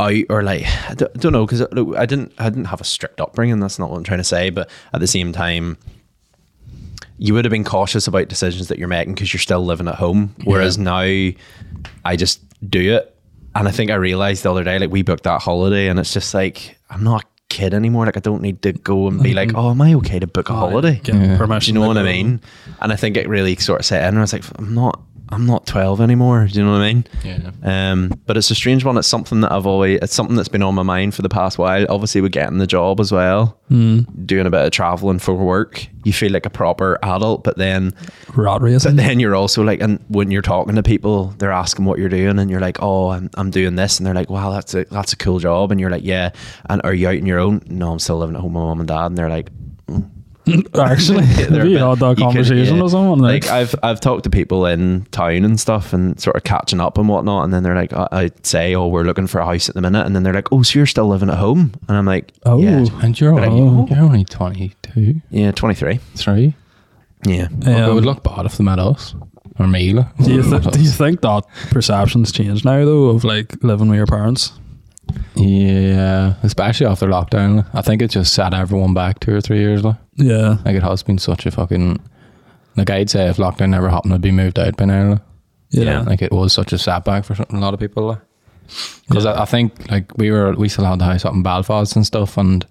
S1: out or like, I don't, don't know, because I didn't, I didn't have a strict upbringing. That's not what I'm trying to say. But at the same time, you would have been cautious about decisions that you're making because you're still living at home. Whereas now, I just do it. And I think I realized the other day, like we booked that holiday, and it's just like I'm not a kid anymore. Like I don't need to go and be like, oh, am I okay to book a holiday?
S3: Get
S1: Do
S3: permission.
S1: you know
S3: to
S1: what I
S3: go.
S1: mean? And I think it really sort of set in. And I was like, I'm not, I'm not 12 anymore. Do you know what I mean?
S2: Yeah.
S1: Um, but it's a strange one. It's something that I've always, it's something that's been on my mind for the past while. Obviously, we're getting the job as well, doing a bit of traveling for work. You feel like a proper adult, but then
S3: Rod racing.
S1: but then you're also like, and when you're talking to people, they're asking what you're doing, and you're like, "Oh, I'm, I'm doing this," and they're like, "Wow, that's a that's a cool job," and you're like, "Yeah," and are you out on your own? No, I'm still living at home with my mom and dad, and they're like, "Mm,
S3: Actually,
S1: they're a
S3: have you
S1: bit-
S3: had that
S1: you could-
S3: conversation
S1: yeah.
S3: or someone?
S1: Like, I've I've talked to people in town and stuff, and sort of catching up and whatnot, and then they're like, I, I'd say, "Oh, we're looking for a house at the minute," and then they're like, "Oh, so you're still living at home?" And I'm like,
S3: Oh.
S1: yeah,
S2: And you're
S1: But I-
S2: only, you're only 22,
S1: yeah, 23,
S2: 3.
S1: yeah."
S2: Look, it
S3: Um,
S2: would look bad if they met us or me. like.
S3: do you, th- do you think that perception's changed now though of like living with your parents?
S2: yeah, especially after lockdown. like. I think it just set everyone back two or three years. Like,
S3: Yeah.
S2: like it has been such a fucking. Like I'd say, if lockdown never happened, I'd be moved out by now. like.
S1: Yeah.
S2: like it was such a setback for a lot of people because I, I think like we were we still had the house up in Belfast and stuff and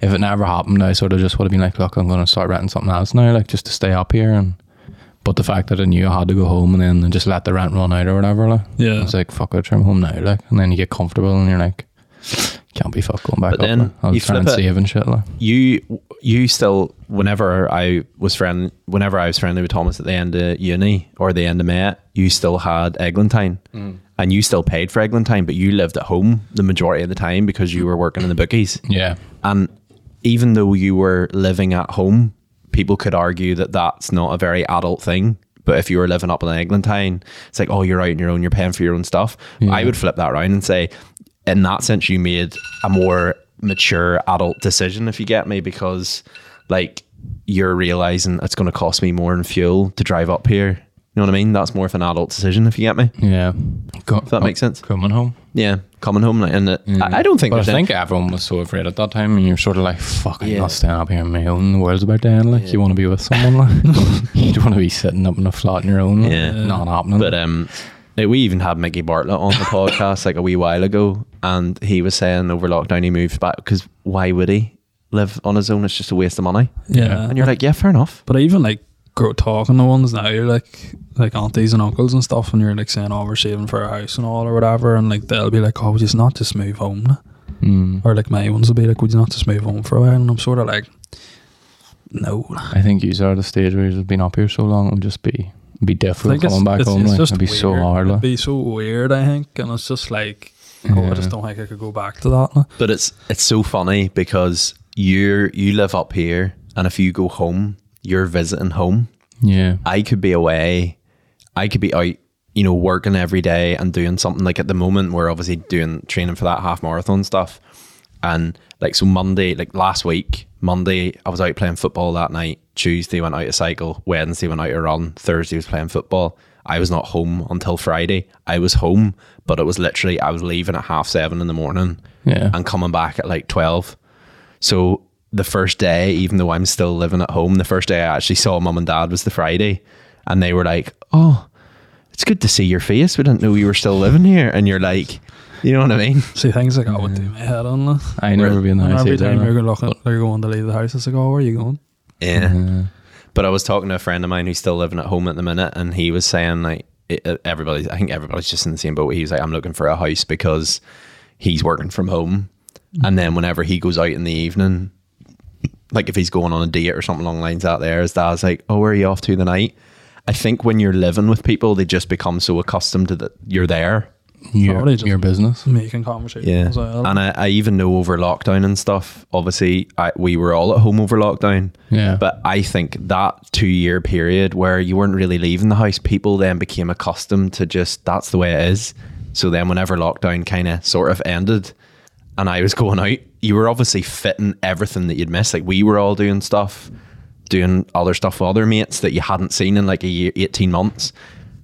S2: if it never happened I sort of just would have been like look I'm going to start renting something else now like just to stay up here and but the fact that I knew I had to go home and then just let the rent run out or whatever like
S3: Yeah.
S2: it's like fuck it I'm home now like and then you get comfortable and you're like can't be fuck going back
S1: But
S2: up
S1: then
S2: like. I'll
S1: you
S2: try
S1: flip
S2: and
S1: it.
S2: save and shit like
S1: you you still whenever I was friend whenever I was friendly with Thomas at the end of uni or the end of Met, you still had Eglantine. And you still paid for Eglantine, but you lived at home the majority of the time because you were working in the bookies.
S2: yeah
S1: And even though you were living at home, people could argue that that's not a very adult thing. But if you were living up in Eglantine, it's like, oh, you're out on your own, you're paying for your own stuff. I would flip that around and say, in that sense, you made a more mature adult decision, if you get me, because like you're realizing it's going to cost me more in fuel to drive up here. You know what I mean? That's more of an adult decision, if you get me.
S2: yeah go,
S1: If that makes sense.
S2: coming home
S1: Yeah, coming home. like, And it, I, I don't think
S2: Mm. But
S1: there's
S2: I
S1: any-
S2: think everyone was so afraid at that time, and you're sort of like, "Fuck, I'm
S1: Yeah.
S2: not staying up here on my own. The world's about to end. Like, you want to be with someone. Like, you don't want to be sitting up in a flat on your own. like,
S1: Yeah.
S2: not happening.
S1: But
S3: uh,
S1: um, like, we even had Mickey Bartlett on the podcast like a wee while ago, and he was saying over lockdown he moved back because why would he? live on his own. It's just a waste of money.
S3: Yeah.
S1: And you're like, yeah, fair enough.
S3: But even like grow talking to ones now, you're like like aunties and uncles and stuff, and you're like saying, "Oh, we're saving for a house and all or whatever," and like they'll be like, "Oh, would you not just move home?"
S2: Mm.
S3: Or like my ones will be like, "Would you not just move home for a while?" And I'm sort of like, "No."
S2: I think you are at the stage where you've been up here so long, it would just be be
S3: I
S2: difficult
S3: think it's-
S2: coming back
S3: it's-
S2: home.
S3: it's
S2: like.
S3: just
S2: It'd be so
S3: weird.
S2: hard.
S3: It'd
S2: Like.
S3: be so weird, I think, and it's just like, oh, I
S2: Yeah.
S3: just don't think I could go back to that. now.
S1: But it's it's so funny because you you live up here, and if you go home, you're visiting home.
S2: Yeah.
S1: I could be away. I could be out, you know, working every day and doing something. Like at the moment, we're obviously doing training for that half marathon stuff. And like, so Monday, like last week, Monday, I was out playing football that night. Tuesday, went out to cycle. Wednesday, went out to run. Thursday, was playing football. I was not home until Friday. I was home, but it was literally, I was leaving at half seven in the morning
S2: Yeah.
S1: and coming back at like 12. So the first day, even though I'm still living at home, the first day I actually saw mum and dad was the Friday. And they were like, oh, it's good to see your face. We didn't know you were still living here. And you're like, you know what I mean?
S3: See, things like I would do my head on. like.
S2: I never been in the
S3: And
S2: house
S3: every
S2: either,
S3: time
S2: like.
S3: you're looking, they're going to leave the house. It's like, oh, where are you going?
S1: Yeah.
S2: Yeah.
S1: But I was talking to a friend of mine who's still living at home at the minute, and he was saying like it, uh, everybody's. I think everybody's just in the same boat. He was like, I'm looking for a house because he's working from home, and then whenever he goes out in the evening, like if he's going on a date or something along the lines out there, his dad's like, "Oh, where are you off to tonight?" I think when you're living with people, they just become so accustomed to that you're there.
S2: Your,
S3: Probably just-
S2: your business.
S3: Making conversation.
S1: Yeah.
S3: as well.
S1: And I, I even know over lockdown and stuff, obviously, I, we were all at home over lockdown.
S2: Yeah.
S1: But I think that two year period where you weren't really leaving the house, people then became accustomed to just that's the way it is. So then, whenever lockdown kind of sort of ended and I was going out, you were obviously fitting everything that you'd missed. Like we were all doing stuff, doing other stuff with other mates that you hadn't seen in like a year, 18 months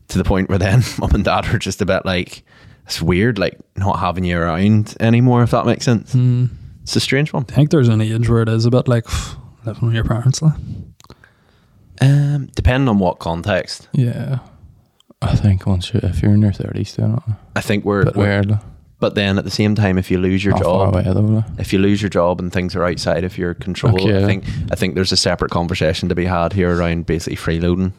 S1: to the point where then mum and dad were just a bit like, it's weird, like not having you around anymore, if that makes sense. It's a strange one.
S3: Hmm. I think there's an age where it is a bit like pff, living with your parents. Like.
S1: Um, depending on what context.
S2: Yeah. I think once you, if you're in your 30s, doing it.
S1: I think we're,
S2: But
S1: we're
S2: weird. like.
S1: But then at the same time, if you lose your
S2: Not far
S1: job,
S2: away, though. like.
S1: if you lose your job and things are outside of your control,
S2: Fuck yeah.
S1: I think I think there's a separate conversation to be had here around basically freeloading.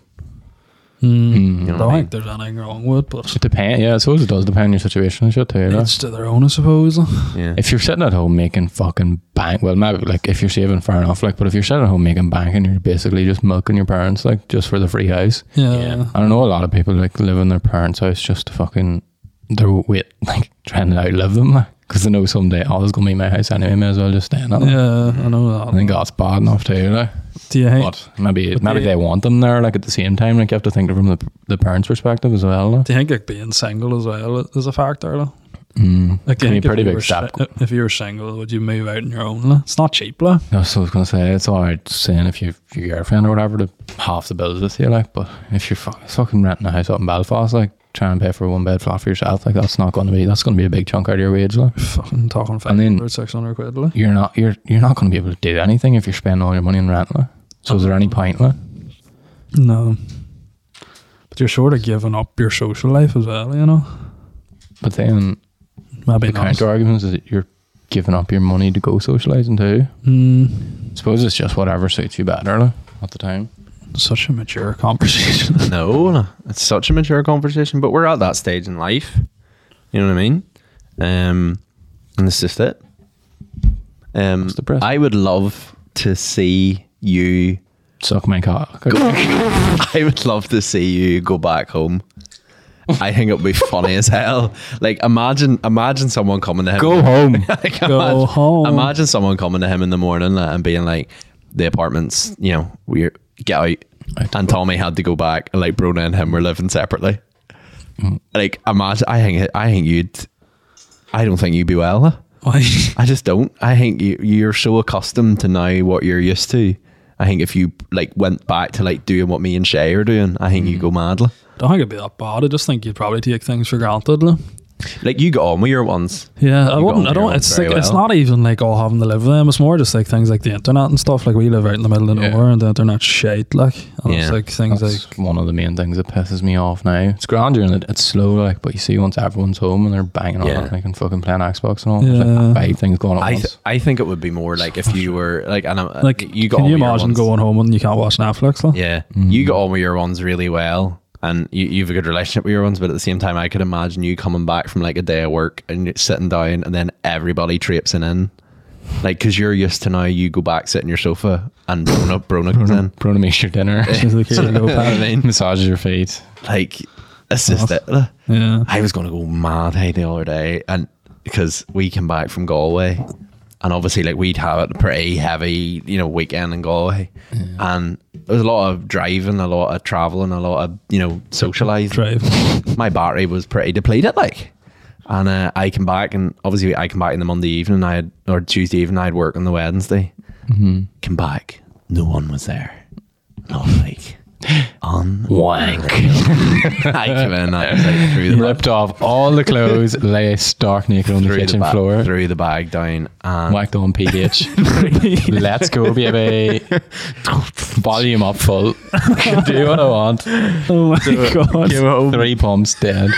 S2: Hmm.
S3: Mm.
S1: You know
S3: I
S1: what
S3: don't
S1: I
S3: think there's anything wrong with it, but
S2: It depends. Yeah, I suppose it does depend on your situation and shit, too. like.
S3: it's to their own, I suppose. like.
S1: Yeah.
S2: If you're sitting at home making fucking bank, well, maybe like if you're saving, fair enough. Like, but if you're sitting at home making bank and you're basically just milking your parents, like just for the free house.
S3: Yeah.
S1: Yeah.
S2: I don't know a lot of people like live in their parents' house just to fucking their wait, like trying to outlive them because they know someday oh, this is gonna be my house anyway. May as well just stay in it.
S3: Yeah, I know that.
S2: I think that's bad enough too. Like,
S3: Do you think?
S2: but maybe
S3: But
S2: maybe
S3: they-
S2: they want them there. Like at the same time, like you have to think of it from the the parents' perspective as well. Like.
S3: Do you think like being single as well is a factor? Like,
S2: Mm.
S3: like do
S2: Can
S3: you
S2: be
S3: think if
S2: pretty
S3: you
S2: big
S3: were si-
S2: step.
S3: if you were single, would you move out on your own? Like? It's not cheap, like.
S2: That's what I was gonna say. It's alright saying if you your girlfriend or whatever to half the bills with you, like. But if you're fucking, fucking renting a house up in Belfast, like trying to pay for a one bed flat for yourself, like that's not gonna be that's gonna be a big chunk out of your wage, like.
S3: Fucking talking
S2: And then-
S3: 500, 600 quid, like.
S2: You're not you're you're not gonna be able to do anything if you're spending all your money on rent, like. So is there any point, like?
S3: No. But you're sort of giving up your social life as well, you know?
S2: But then
S3: Maybe
S2: the
S3: not.
S2: counter argument is that you're giving up your money to go socialising too.
S3: Mm,
S2: Suppose it's just whatever suits you better, like, at the time.
S3: such a mature conversation.
S1: No, no, it's such a mature conversation, but we're at that stage in life. You know what I mean? Um, and this is just it. Um,
S2: That's depressing.
S1: I would love to see you.
S2: Suck my cock.
S1: I would love to see you go back home. I think it would be funny as hell. Like imagine, imagine someone coming to him.
S2: Go home.
S1: Like,
S3: Go home.
S1: Imagine someone coming to him in the morning like, and being like, "The apartment's, you know, we get out." And Tommy had to go back, and like Brona and him were living separately. Like imagine, I think, I think you'd, I don't think you'd be well.
S3: Why?
S1: I just don't. I think you, you're so accustomed to now what you're used to. I think if you like went back to like doing what me and Shay are doing, I think you go mad. like.
S3: Don't think it'd be that bad. I just think you'd probably take things for granted. Like.
S1: Like you got on with your ones.
S3: Yeah,
S1: You
S3: I
S1: got
S3: wouldn't.
S1: on
S3: I
S1: your
S3: don't.
S1: own
S3: It's like
S1: very
S3: it's
S1: well.
S3: not even like all having to live with them. It's more just like things like the internet and stuff. Like we live out in the middle of
S2: Yeah.
S3: nowhere, and the internet's shite. Like, and
S1: Yeah.
S3: it's like things
S2: That's
S3: like
S2: one of the main things that pisses me off now. It's grand during it. It's slow, like, but you see once everyone's home and they're banging on
S1: Yeah.
S2: it, like, and fucking playing Xbox and all. There's like
S3: Yeah.
S2: five things going on.
S1: I
S2: once.
S1: th- I think it would be more like if you were like and I'm,
S3: like
S1: you got
S3: Can
S1: on
S3: you
S1: with your
S3: imagine
S1: ones.
S3: going home and you can't watch Netflix? Though?
S1: Yeah, you got on with your ones really well, and you, you have a good relationship with your ones. But at the same time, I could imagine you coming back from like a day of work and you're sitting down, and then everybody traipsing in, like because you're used to now. You go back, sit on your sofa, and Brona Brona comes in.
S2: Brona makes your dinner,
S3: Just like, here you go,
S1: You know what
S3: pal.
S1: I mean?
S2: massages your feet.
S1: Like that's just it.
S3: Yeah.
S1: I was gonna go mad hey the other day, and because we came back from Galway, and obviously like we'd have a pretty heavy you know weekend in Galway, and there was a lot of driving, a lot of traveling, a lot of you know socializing.
S3: Drive.
S1: My battery was pretty depleted, like. And uh, I came back, and obviously I came back in the Monday evening. I had or Tuesday evening. I'd work on the Wednesday.
S2: Mm-hmm.
S1: Came back, no one was there. And I was like, on I came in, I was like through the
S2: Ripped off all the clothes, lay stark naked on the
S1: through the
S2: kitchen
S1: ba-
S2: floor,
S1: through the bag down, and
S2: whacked on PDH. Let's go, baby. Volume up full. Do what I want.
S3: Oh my god.
S2: Three pumps dead.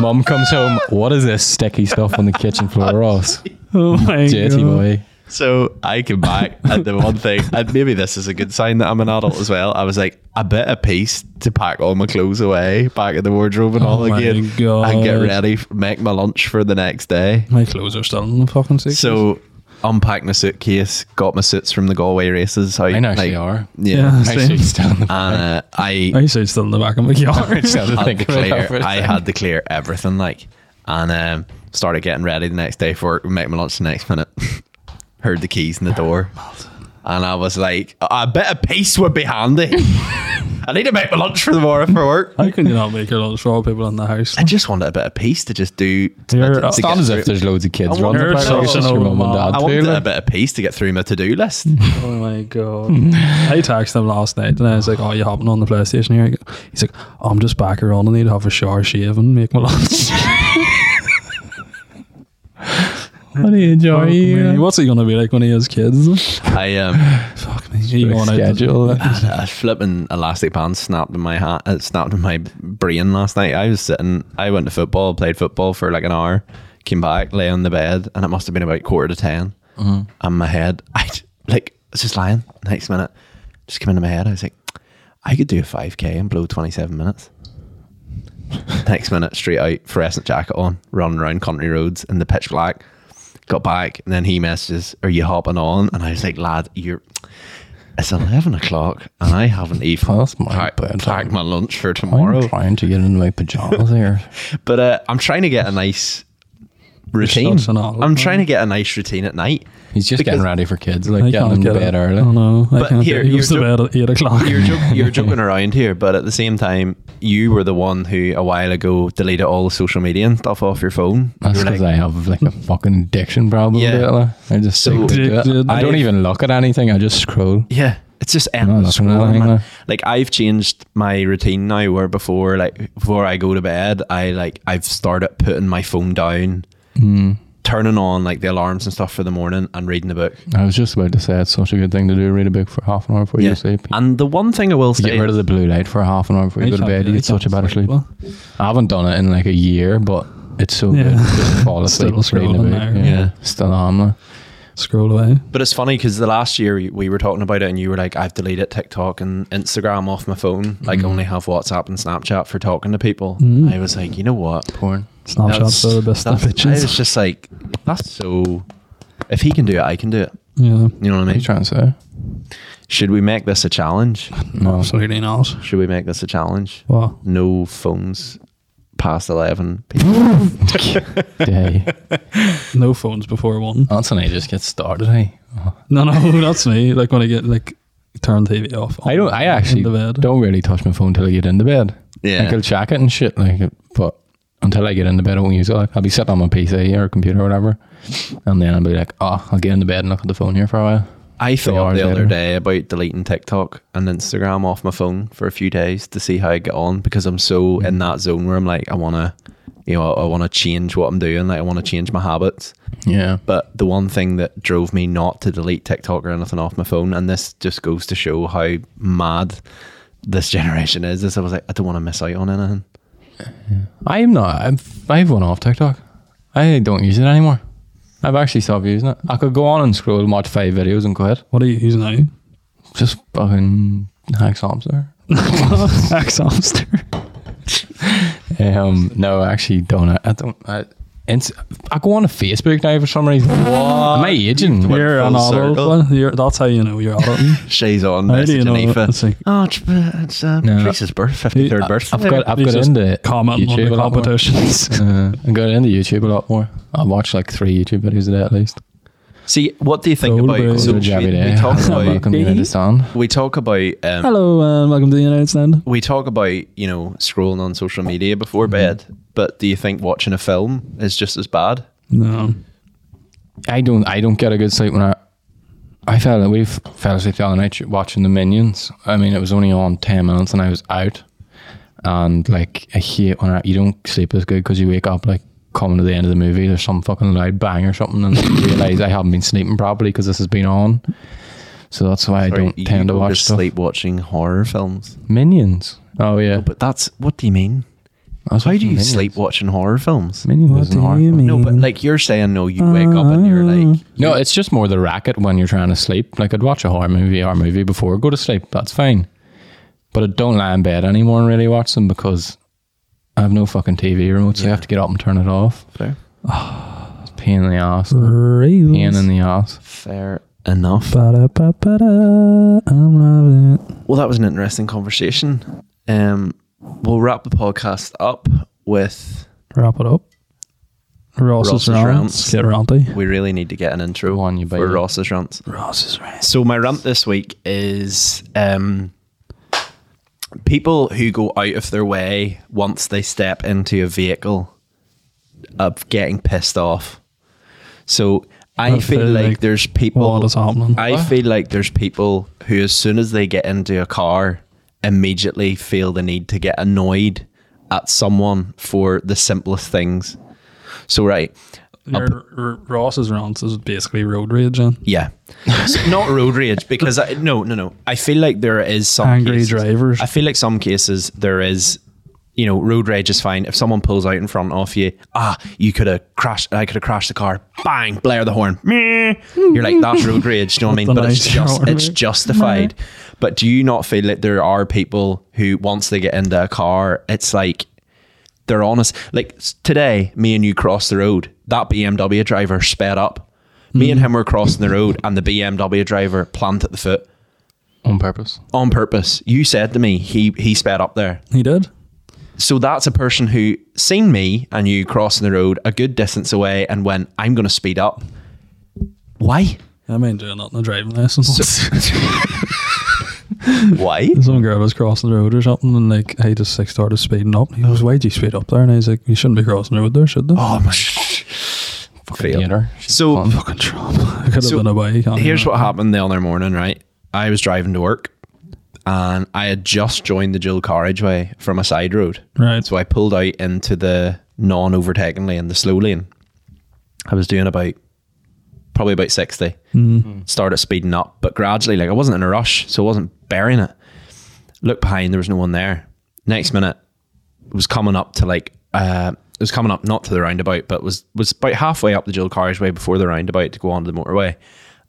S2: Mum comes home. What is this sticky stuff on the kitchen floor, Ross?
S3: Oh my
S2: Dirty
S3: god.
S2: boy.
S1: so I came back, and the one thing, and maybe this is a good sign that I'm an adult as well. I was like a bit of peace to pack all my clothes away, back in the wardrobe
S2: Oh
S1: and all
S3: my
S1: again,
S3: God.
S1: and get ready, f- make my lunch for the next day.
S3: My clothes are still in the fucking suitcase.
S1: So unpacked my suitcase, got my suits from the Galway races. I
S2: Mine actually are.
S1: Yeah.
S3: Yeah.
S2: Actually, it's down the
S1: And uh, I
S3: I say it's still in the back of my yard.
S2: It's down the
S1: had
S2: thing.
S1: to clear. I had to clear everything, like, and um, started getting ready the next day for it. Make my lunch the next minute. Heard the keys in the door, and I was like, a bit of peace would be handy. I need to make my lunch for the morning for work.
S3: How can you not make it all for all people in the house?
S1: I just wanted a bit of peace to just do. To,
S3: You're-
S1: to
S3: it's
S1: get
S2: Not as
S1: through-
S2: if there's loads of kids
S1: I
S2: running
S1: wonder
S2: about.
S1: if
S2: It's just
S3: so.
S2: your mum and
S1: I
S2: dad.
S1: wanted
S2: too,
S1: a
S2: like.
S1: bit of peace to get through my to-do list.
S3: Oh my god!
S2: Mm-hmm.
S3: I texted him last night and I was like, "Oh, you hopping on the PlayStation here?" He's like, oh, "I'm just back around. I need to have a shower, shave, and make my lunch."
S2: What do you enjoy?
S3: Fuck me. What's he gonna be like when he has kids?
S1: I um,
S3: Fuck me! He
S2: Like
S3: going out to-
S2: schedule.
S1: a flipping elastic band snapped in my hat, uh, snapped in my brain last night. I was sitting, I went to football, played football for like an hour, came back, lay on the bed, and it must have been about quarter to 10 And my head, I j- like I was just lying. Next minute, just came into my head. I was like, I could do a five k and blow twenty seven minutes. Next minute, straight out, fluorescent jacket on, running around country roads in the pitch black. Got back, and then he messages, "Are you hopping on?" And I was like, "Lad, you're." It's eleven o'clock, and I haven't even
S2: Past my
S1: packed,
S2: bedtime.
S1: packed my lunch for tomorrow.
S2: I'm trying to get into my pajamas here.
S1: But uh, I'm trying to get a nice routine.
S3: such an outlet,
S1: I'm trying to get a nice routine at night.
S2: He's just
S1: Because-
S2: getting ready for kids, like
S3: I
S2: getting
S3: can't
S2: in
S3: get
S2: bed
S3: it.
S2: early.
S3: Oh no! I
S1: But
S3: can't
S1: here,
S3: get, he
S1: you're
S3: goes to
S1: jo-
S3: bed at eight o'clock.
S1: you're, jo- you're joking around here, but at the same time, you were the one who a while ago deleted all the social media and stuff off your phone.
S2: That's because I have like a fucking addiction problem.
S1: Yeah.
S2: Yeah. I just
S1: So-
S2: stick to it.
S3: Addicted.
S2: I don't
S1: I've-
S2: even look at anything. I just scroll.
S1: Yeah, it's just endless
S2: nothing really,
S1: scrolling. man.
S2: no.
S1: Like I've changed my routine now, where before, like before I go to bed, I like I've started putting my phone down, turning on like the alarms and stuff for the morning, and reading a book.
S2: I was just about to say it's such a good thing to do. Read a book for half an hour before you
S1: Yeah.
S2: go to sleep.
S1: And the one thing I will
S2: To
S1: say,
S2: get rid of the blue light for half an hour before you go to bed. You get such a better sleep. I haven't done it in like a year, but it's so
S3: Yeah.
S2: good. Just fall
S3: Still
S2: asleep reading a
S3: scrolling
S2: book.
S3: there.
S2: Yeah.
S1: Yeah.
S2: Still harmless.
S3: Scroll away.
S1: but it's funny because the last year we- we were talking about it, and you were like, "I've deleted TikTok and Instagram off my phone. Like, only have WhatsApp and Snapchat for talking to people." I was like, you know what?
S2: Porn.
S3: Snapchat's the best of
S1: that's- I was
S3: bitches.
S1: just like, that's so. If he can do it, I can do it.
S3: Yeah,
S1: You know what I
S2: What are
S1: mean?
S2: you trying to say?
S1: Should we make this a challenge?
S2: No.
S3: absolutely not.
S1: Should we make this a challenge?
S3: Wow.
S1: No phones past 11 people.
S2: Day.
S3: No phones before one.
S2: Anthony just gets started. Hey.
S3: No, no, that's me. Like when I get like turn TV off.
S2: I don't. I actually
S3: the bed.
S2: don't really touch my phone till I get into bed.
S1: Yeah.
S2: like I'll check it and shit. Like, but until I get into bed, I won't use it. Like, I'll be sitting on my PC or computer or whatever, and then I'll be like, oh, I'll get into bed and look at the phone here for a while.
S1: I thought
S2: hours
S1: the other
S2: later.
S1: day about deleting TikTok and Mm-hmm. Instagram off my phone for a few days to see how I get on because I'm so in that zone where I'm like, I want to you know, I, I want to change what I'm doing. Like I want to change my habits.
S2: Yeah.
S1: But the one thing that drove me not to delete TikTok or anything off my phone, and this just goes to show how mad this generation is, is I was like, I don't want to miss out on anything.
S2: I'm not. I'm, I've gone off TikTok. I don't use it anymore. I've actually stopped using it. I could go on and scroll and watch five videos and quit.
S3: What are you using now?
S2: Just fucking hack songs there.
S3: Axe hamster.
S2: Um, no, I actually don't. I, I don't. I, Inst- I go on to Facebook now for some reason. Am I aging? What-
S3: You're an
S1: full
S3: adult.
S1: circle.
S3: well, You're, that's how you know you're adulting.
S1: She's on
S3: how do you
S1: messaging
S3: know?
S1: Aoife.
S3: It's like,
S1: Oh, it's, it's uh,
S2: No.
S1: Patrice's birth, 53rd
S2: I-
S1: birthday.
S2: I've got. I've
S3: you
S2: got
S3: just
S2: into
S3: comment on
S2: YouTube
S3: the
S2: a lot more.
S3: competitions.
S2: Uh, I got into YouTube a lot more. I watch like three YouTube videos a day at least.
S1: See, what do you think
S3: Gold
S1: about
S3: boots.
S1: social
S2: Every
S1: media? We
S2: day. I
S1: talk
S2: don't know,
S1: about,
S2: welcome to the sun.
S1: we talk about um,
S3: Hello and welcome to the United Stand.
S1: we talk about you know scrolling on social media
S2: Mm-hmm.
S1: before bed, but do you think watching a film is just as bad?
S3: No.
S2: I don't. I don't get a good sleep when I. I fell. We f- fell asleep the other night watching the Minions. I mean, it was only on ten minutes, and I was out. And like, I hate when I, you don't sleep as good because you wake up like coming to the end of the movie. There's some fucking loud bang or something, and you realize I haven't been sleeping properly because this has been on. So that's why I
S1: Or
S2: don't
S1: you
S2: tend to
S1: go
S2: watch stuff.
S1: sleep watching horror films.
S2: Minions. Oh yeah.
S1: But that's what do you mean?
S2: I was
S1: How do
S2: watching
S1: you
S2: Minions.
S1: sleep watching horror films?
S2: Minions
S3: What
S2: isn't
S3: do
S2: horror Uh-huh.
S3: you
S2: film.
S3: mean?
S1: No, but like you're saying, no, you wake up and you're like,
S2: No, it's just more the racket when you're trying to sleep. Like I'd watch a horror movie, horror movie before I go to sleep. That's fine. But I don't lie in bed anymore and really watch them because I have no fucking TV remote, so I have to get up and turn it off.
S1: fair,
S2: It's a pain in the ass. Pain
S3: Reels.
S2: in the ass.
S1: fair enough.
S3: Ba-da-ba-ba-da, I'm loving it.
S1: Well, that was an interesting conversation. Um, we'll wrap the podcast up with
S3: Wrap it up. Ross's
S1: Ross's
S3: rants.
S1: rants.
S3: Get ranty.
S1: we really need to get an intro
S2: Go on, you
S1: for
S2: baby.
S1: Ross's rants.
S3: Ross's rants.
S1: So my rant this week is um, people who go out of their way once they step into a vehicle of getting pissed off. So I
S3: I
S1: feel
S3: feel
S1: like,
S3: like
S1: there's people.
S3: What is happening?
S1: I feel like there's people who, as soon as they get into a car, immediately feel the need to get annoyed at someone for the simplest things. So right,
S3: Your, R- Ross's rants is basically road rage and
S1: Yeah, So not road rage because I, no, no, no. I feel like there is some
S3: Angry
S1: cases-
S3: drivers.
S1: I feel like some cases there is, you know, road rage is fine. If someone pulls out in front of you, ah, you could have crashed. I could have crashed the car. Bang, blare the horn. Meh. You're like that's road rage. You know what I mean?
S3: That's a
S1: But it's
S3: nice
S1: just
S3: horn.
S1: it's justified. But do you not feel that there are people who once they get into a car, it's like they're honest. Like s- today, me and you crossed the road. That BMW driver sped up. Me and him were crossing the road, and the BMW driver planted the foot
S2: On purpose.
S1: on purpose. You said to me, he he sped up there.
S3: he did.
S1: So that's a person who seen me and you crossing the road a good distance away and went, I'm going to speed up. Why?
S3: I mean, doing that in a driving lesson.
S1: Why?
S3: Some girl was crossing the road or something, and like I just like started speeding up. And he goes, "Why'd you speed up there?" And I was like, "You shouldn't be crossing the road there, should they?"
S1: Oh my! Fail.
S2: Theater.
S1: So
S2: Fun.
S3: fucking Trump! I could have
S1: So,
S3: been away. can't
S1: Here's
S3: you?
S1: what happened the other morning, right? I was driving to work and I had just joined the dual carriageway from a side road.
S3: Right.
S1: So I pulled out into the non overtaking lane, the slow lane. I was doing about probably about 60. Started speeding up, but gradually, like I wasn't in a rush, so I wasn't burying it. Looked behind, there was no one there. Next minute, it was coming up to like uh it was coming up not to the roundabout, but was was about halfway up the dual carriageway before the roundabout to go onto the motorway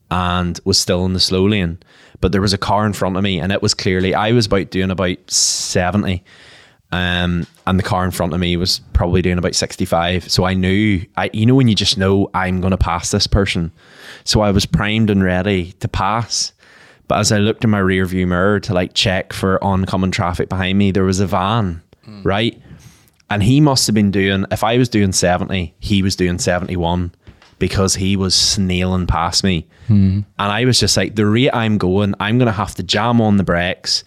S1: and was still in the slow lane. But there was a car in front of me and it was clearly I was about doing about seventy. Um, and the car in front of me was probably doing about 65. So I knew, I, you know, when you just know I'm going to pass this person. So I was primed and ready to pass. But as I looked in my rear view mirror to like check for oncoming traffic behind me, there was a van, right? And he must have been doing, if I was doing 70, he was doing 71 because he was snailing past me. And I was just like, the rate I'm going, I'm going to have to jam on the brakes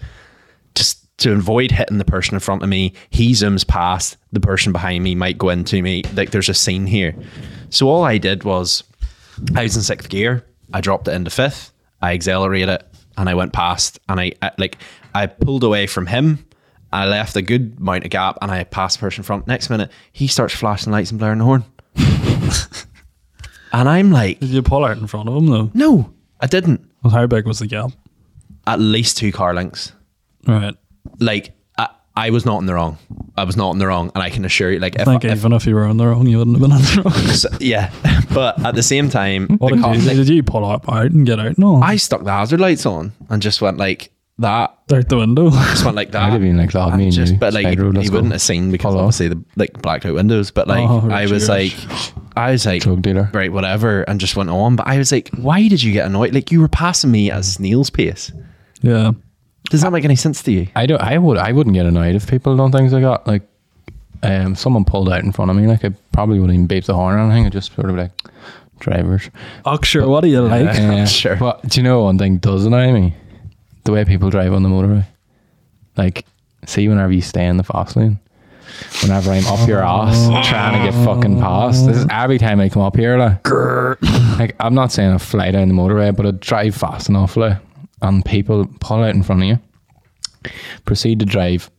S1: just to avoid hitting the person in front of me. He zooms past, the person behind me might go into me. Like there's a scene here. So all I did was I was in sixth gear. I dropped it into fifth. I accelerated and I went past and I, I like I pulled away from him I left a good amount of gap and I passed the person in front. Next minute, he starts flashing lights and blaring the horn. and I'm like,
S3: Did you pull out in front of him though?
S1: no, I didn't.
S3: Well, how big was the gap?
S1: At least two car lengths.
S3: Right.
S1: Like, I, I was not in the wrong. I was not in the wrong. And I can assure you, like,
S3: I
S1: if,
S3: think
S1: if,
S3: even if you were in the wrong, you wouldn't have been in the wrong.
S1: so- yeah. But at the same time,
S3: What
S1: the
S3: did
S1: car-
S3: you,
S1: like,
S3: did you pull up out and get out? No,
S1: I stuck the hazard lights on and just went like that.
S3: out the window.
S1: Just went like that.
S2: I'd have been like that.
S1: And
S2: Me and
S1: just,
S2: you.
S1: but like
S2: Side
S1: you
S2: road, let's go.
S1: wouldn't have seen because
S2: Pull off.
S1: obviously the like blacked out windows. But like
S3: Oh,
S1: I was like,
S3: cheers.
S1: I was like
S2: Drug dealer.
S1: right, whatever, and just went on. But I was like, why did you get annoyed? Like you were passing me at a snail's pace.
S3: yeah.
S1: Does that make any sense to you?
S2: I don't. I would. I wouldn't get annoyed if people done things like that. Like, um, someone pulled out in front of me. Like, I probably wouldn't even beep the horn or anything. I just sort of like drivers.
S3: Oh, sure. What do you like?
S2: Yeah.
S1: Sure.
S2: But do you know one thing does annoy me? The way people drive on the motorway. Like, see, whenever you stay in the fast lane, whenever I'm up your ass trying to get fucking past, this is every time I come up here. Like, like I'm not saying I fly down the motorway, but I drive fast enough, like, and people pull out in front of you, proceed to drive.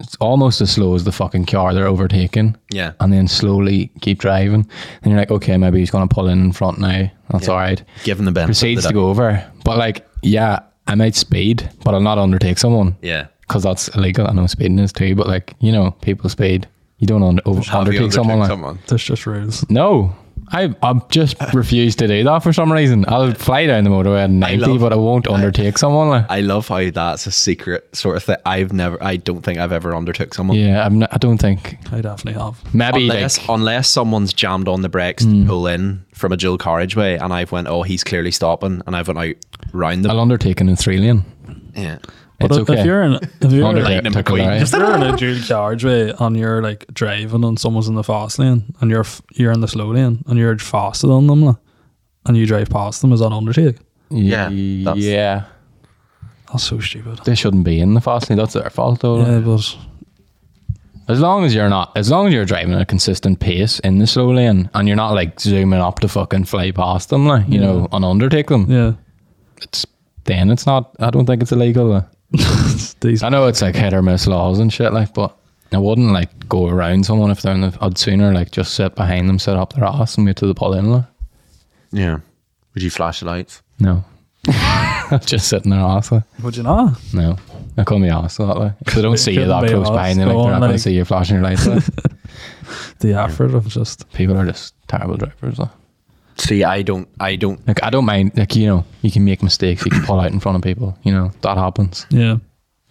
S2: It's almost as slow as the fucking car they're overtaking
S1: Yeah.
S2: and then slowly keep driving. And you're like, okay, maybe he's going to pull in in front now. That's all right.
S1: Give them the benefit. of the
S2: Proceeds to
S1: doubt.
S2: go over. But like, yeah, I might speed, but I'll not undertake someone
S1: Yeah.
S2: because that's illegal. I know speeding is too, but like, you know, people speed. You don't under, over,
S1: Have you
S2: undertake
S1: overtaken
S2: someone. Like,
S1: someone?
S3: There's just rules.
S2: No. I I just refuse to do that for some reason. I'll fly down the motorway at 90,
S1: love-
S2: but I won't undertake someone. Like.
S1: I love how that's a secret sort of thing. I've never, I don't think I've ever undertook someone.
S2: yeah, I'm not, I don't think.
S3: I definitely have.
S2: Maybe
S1: Unless,
S2: like, Hmm.
S1: unless someone's jammed on the brakes to pull in from a dual carriageway, and I've went, oh, he's clearly stopping, and I've went out round them.
S2: I'll undertake in a three lane.
S1: Yeah.
S3: But
S2: It's
S3: if-
S2: okay.
S3: if you're in, if you're
S2: Undertake
S1: lightning
S2: took a
S1: McQueen.
S2: lie.
S3: If you're in a dual carriageway and you're like driving and someone's in the fast lane and you're f- you're in the slow lane and you're faster than them like, and you drive past them, is that undertake?
S1: Yeah, that's-
S2: Yeah.
S3: That's so stupid.
S2: They shouldn't be in the fast lane. That's their fault, though.
S3: Yeah, but
S2: As long as you're not, as long as you're driving at a consistent pace in the slow lane, and you're not like zooming up to fucking fly past them, like you know, and undertake them,
S3: yeah,
S2: it's then it's not. I don't think it's illegal. like.
S3: these
S2: I know it's like hit or miss laws and shit, like, but I wouldn't like go around someone if they're in the. I'd sooner like just sit behind them, sit up their ass, and wait till the pull in. Like.
S1: Yeah. Would you flash the lights?
S2: No, just sitting their ass. Like.
S3: would you not?
S2: No, I couldn't be asked that. Like, if they don't see you
S3: Couldn't
S2: that
S3: be
S2: close by, and they're
S3: arsed,
S2: like, they're not
S3: no,
S2: going to
S3: like-
S2: see you flashing your lights. Like.
S3: The effort of just
S2: People are just terrible drivers. Like.
S1: See, I don't, I don't.
S2: Like I don't mind. Like you know, you can make mistakes. You can pull out in front of people. You know that happens.
S3: yeah,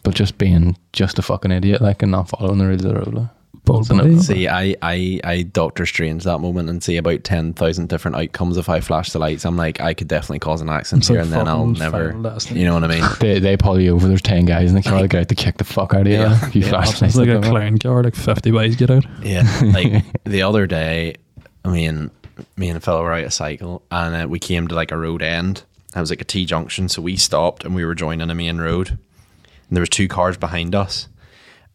S2: But just being just a fucking idiot, like, and not following the rules of the road. Like.
S3: bold
S2: That's enough.
S3: body.
S1: See, I, I, I Doctor Strange that moment and see about 10,000 different outcomes if I flash the lights. I'm like, I could definitely cause an accident
S3: It's like
S1: here and then I'll
S3: fucking
S1: never,
S3: Final Destination.
S1: you know what I mean?
S2: They they pull you over. There's ten guys in the car. They get out to kick the fuck out of you.
S1: Yeah.
S2: like, if you
S1: Yeah,
S2: flash
S3: It's
S2: lights
S3: like
S2: at
S3: a
S2: them,
S3: clown car, like fifty ways get out.
S1: Yeah. Like the other day, I mean, me and a fellow were out a cycle and uh, we came to like a road end. It was like a T junction. So we stopped and we were joining a main road. And there was two cars behind us.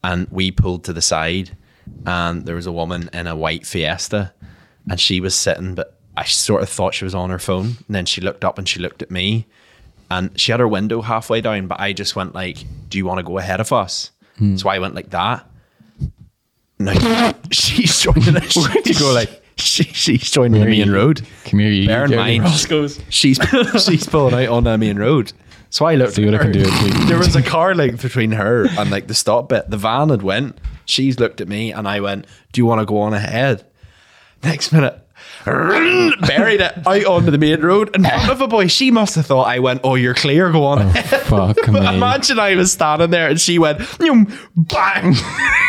S1: And we pulled to the side and there was a woman in a white fiesta and she was sitting, but I sort of thought she was on her phone. And then she looked up and she looked at me and she had her window halfway down, but I just went like, do you want to go ahead of us? So I went like that. No, she's joining us. Where
S2: did you go, like-
S1: she, she's joining the
S2: Where
S1: main
S2: you-
S1: road.
S2: Come here, you.
S1: Bear in
S2: dirty
S1: mind,
S2: rascal.
S1: she's she's pulling out on the main road. So I looked.
S2: See what I
S1: at
S2: can
S1: her.
S2: do with you.
S1: There was a car length between her and like the stop bit. The van had went. She's looked at me, and I went, "Do you want to go on ahead?" Next minute. Buried it out onto the main road in front of a boy. She must have thought I went, "Oh, you're clear. Go on." ahead."
S2: Fuck
S1: But
S2: me.
S1: imagine I was standing there and she went, "Yum," bang.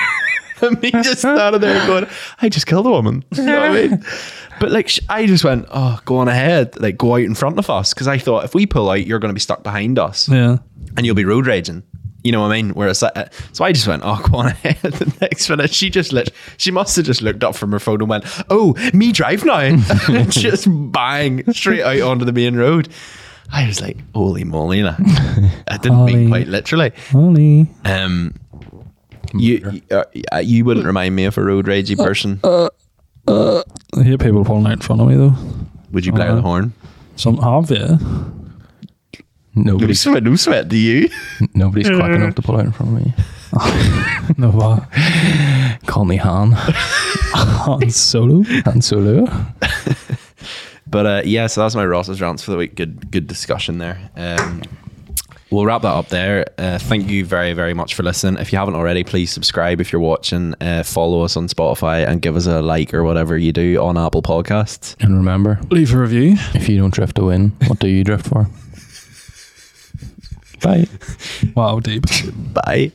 S1: and me just standing there going, I just killed a woman. You know what I mean? But like, sh- I just went, oh, go on ahead. Like, go out in front of us. Cause I thought if we pull out, you're going to be stuck behind us
S3: Yeah,
S1: and you'll be road raging. You know what I mean? Whereas, I, so I just went, oh, go on ahead. The next minute, she just lit, she must have just looked up from her phone and went, oh, me drive now. and just bang straight out onto the main road. I was like, holy moly. like. I didn't mean
S3: Holy-
S1: quite literally.
S3: honey.
S1: Um, you you, uh, you wouldn't remind me of a road ragey person.
S3: I hear people
S1: Uh-huh.
S3: pulling out in front of me though.
S1: Would you blare
S3: uh,
S1: the horn?
S3: Some have yeah.
S1: No
S2: Nobody's
S1: sweat, no sweat to you.
S2: nobody's quick enough to pull out in front of me.
S3: No, uh,
S2: Call me Han,
S3: Han Solo.
S2: Han Solo.
S1: But uh, yeah, so that's my Ross's rants for the week. Good, good discussion there. Um, we'll wrap that up there. Uh, thank you very, very much for listening. If you haven't already, please subscribe if you're watching. Uh, follow us on Spotify and give us a like or whatever you do on Apple Podcasts.
S2: And remember,
S3: Leave a review.
S2: if you don't drift to win, what do you drift for? Bye.
S3: Wow, deep.
S1: Bye.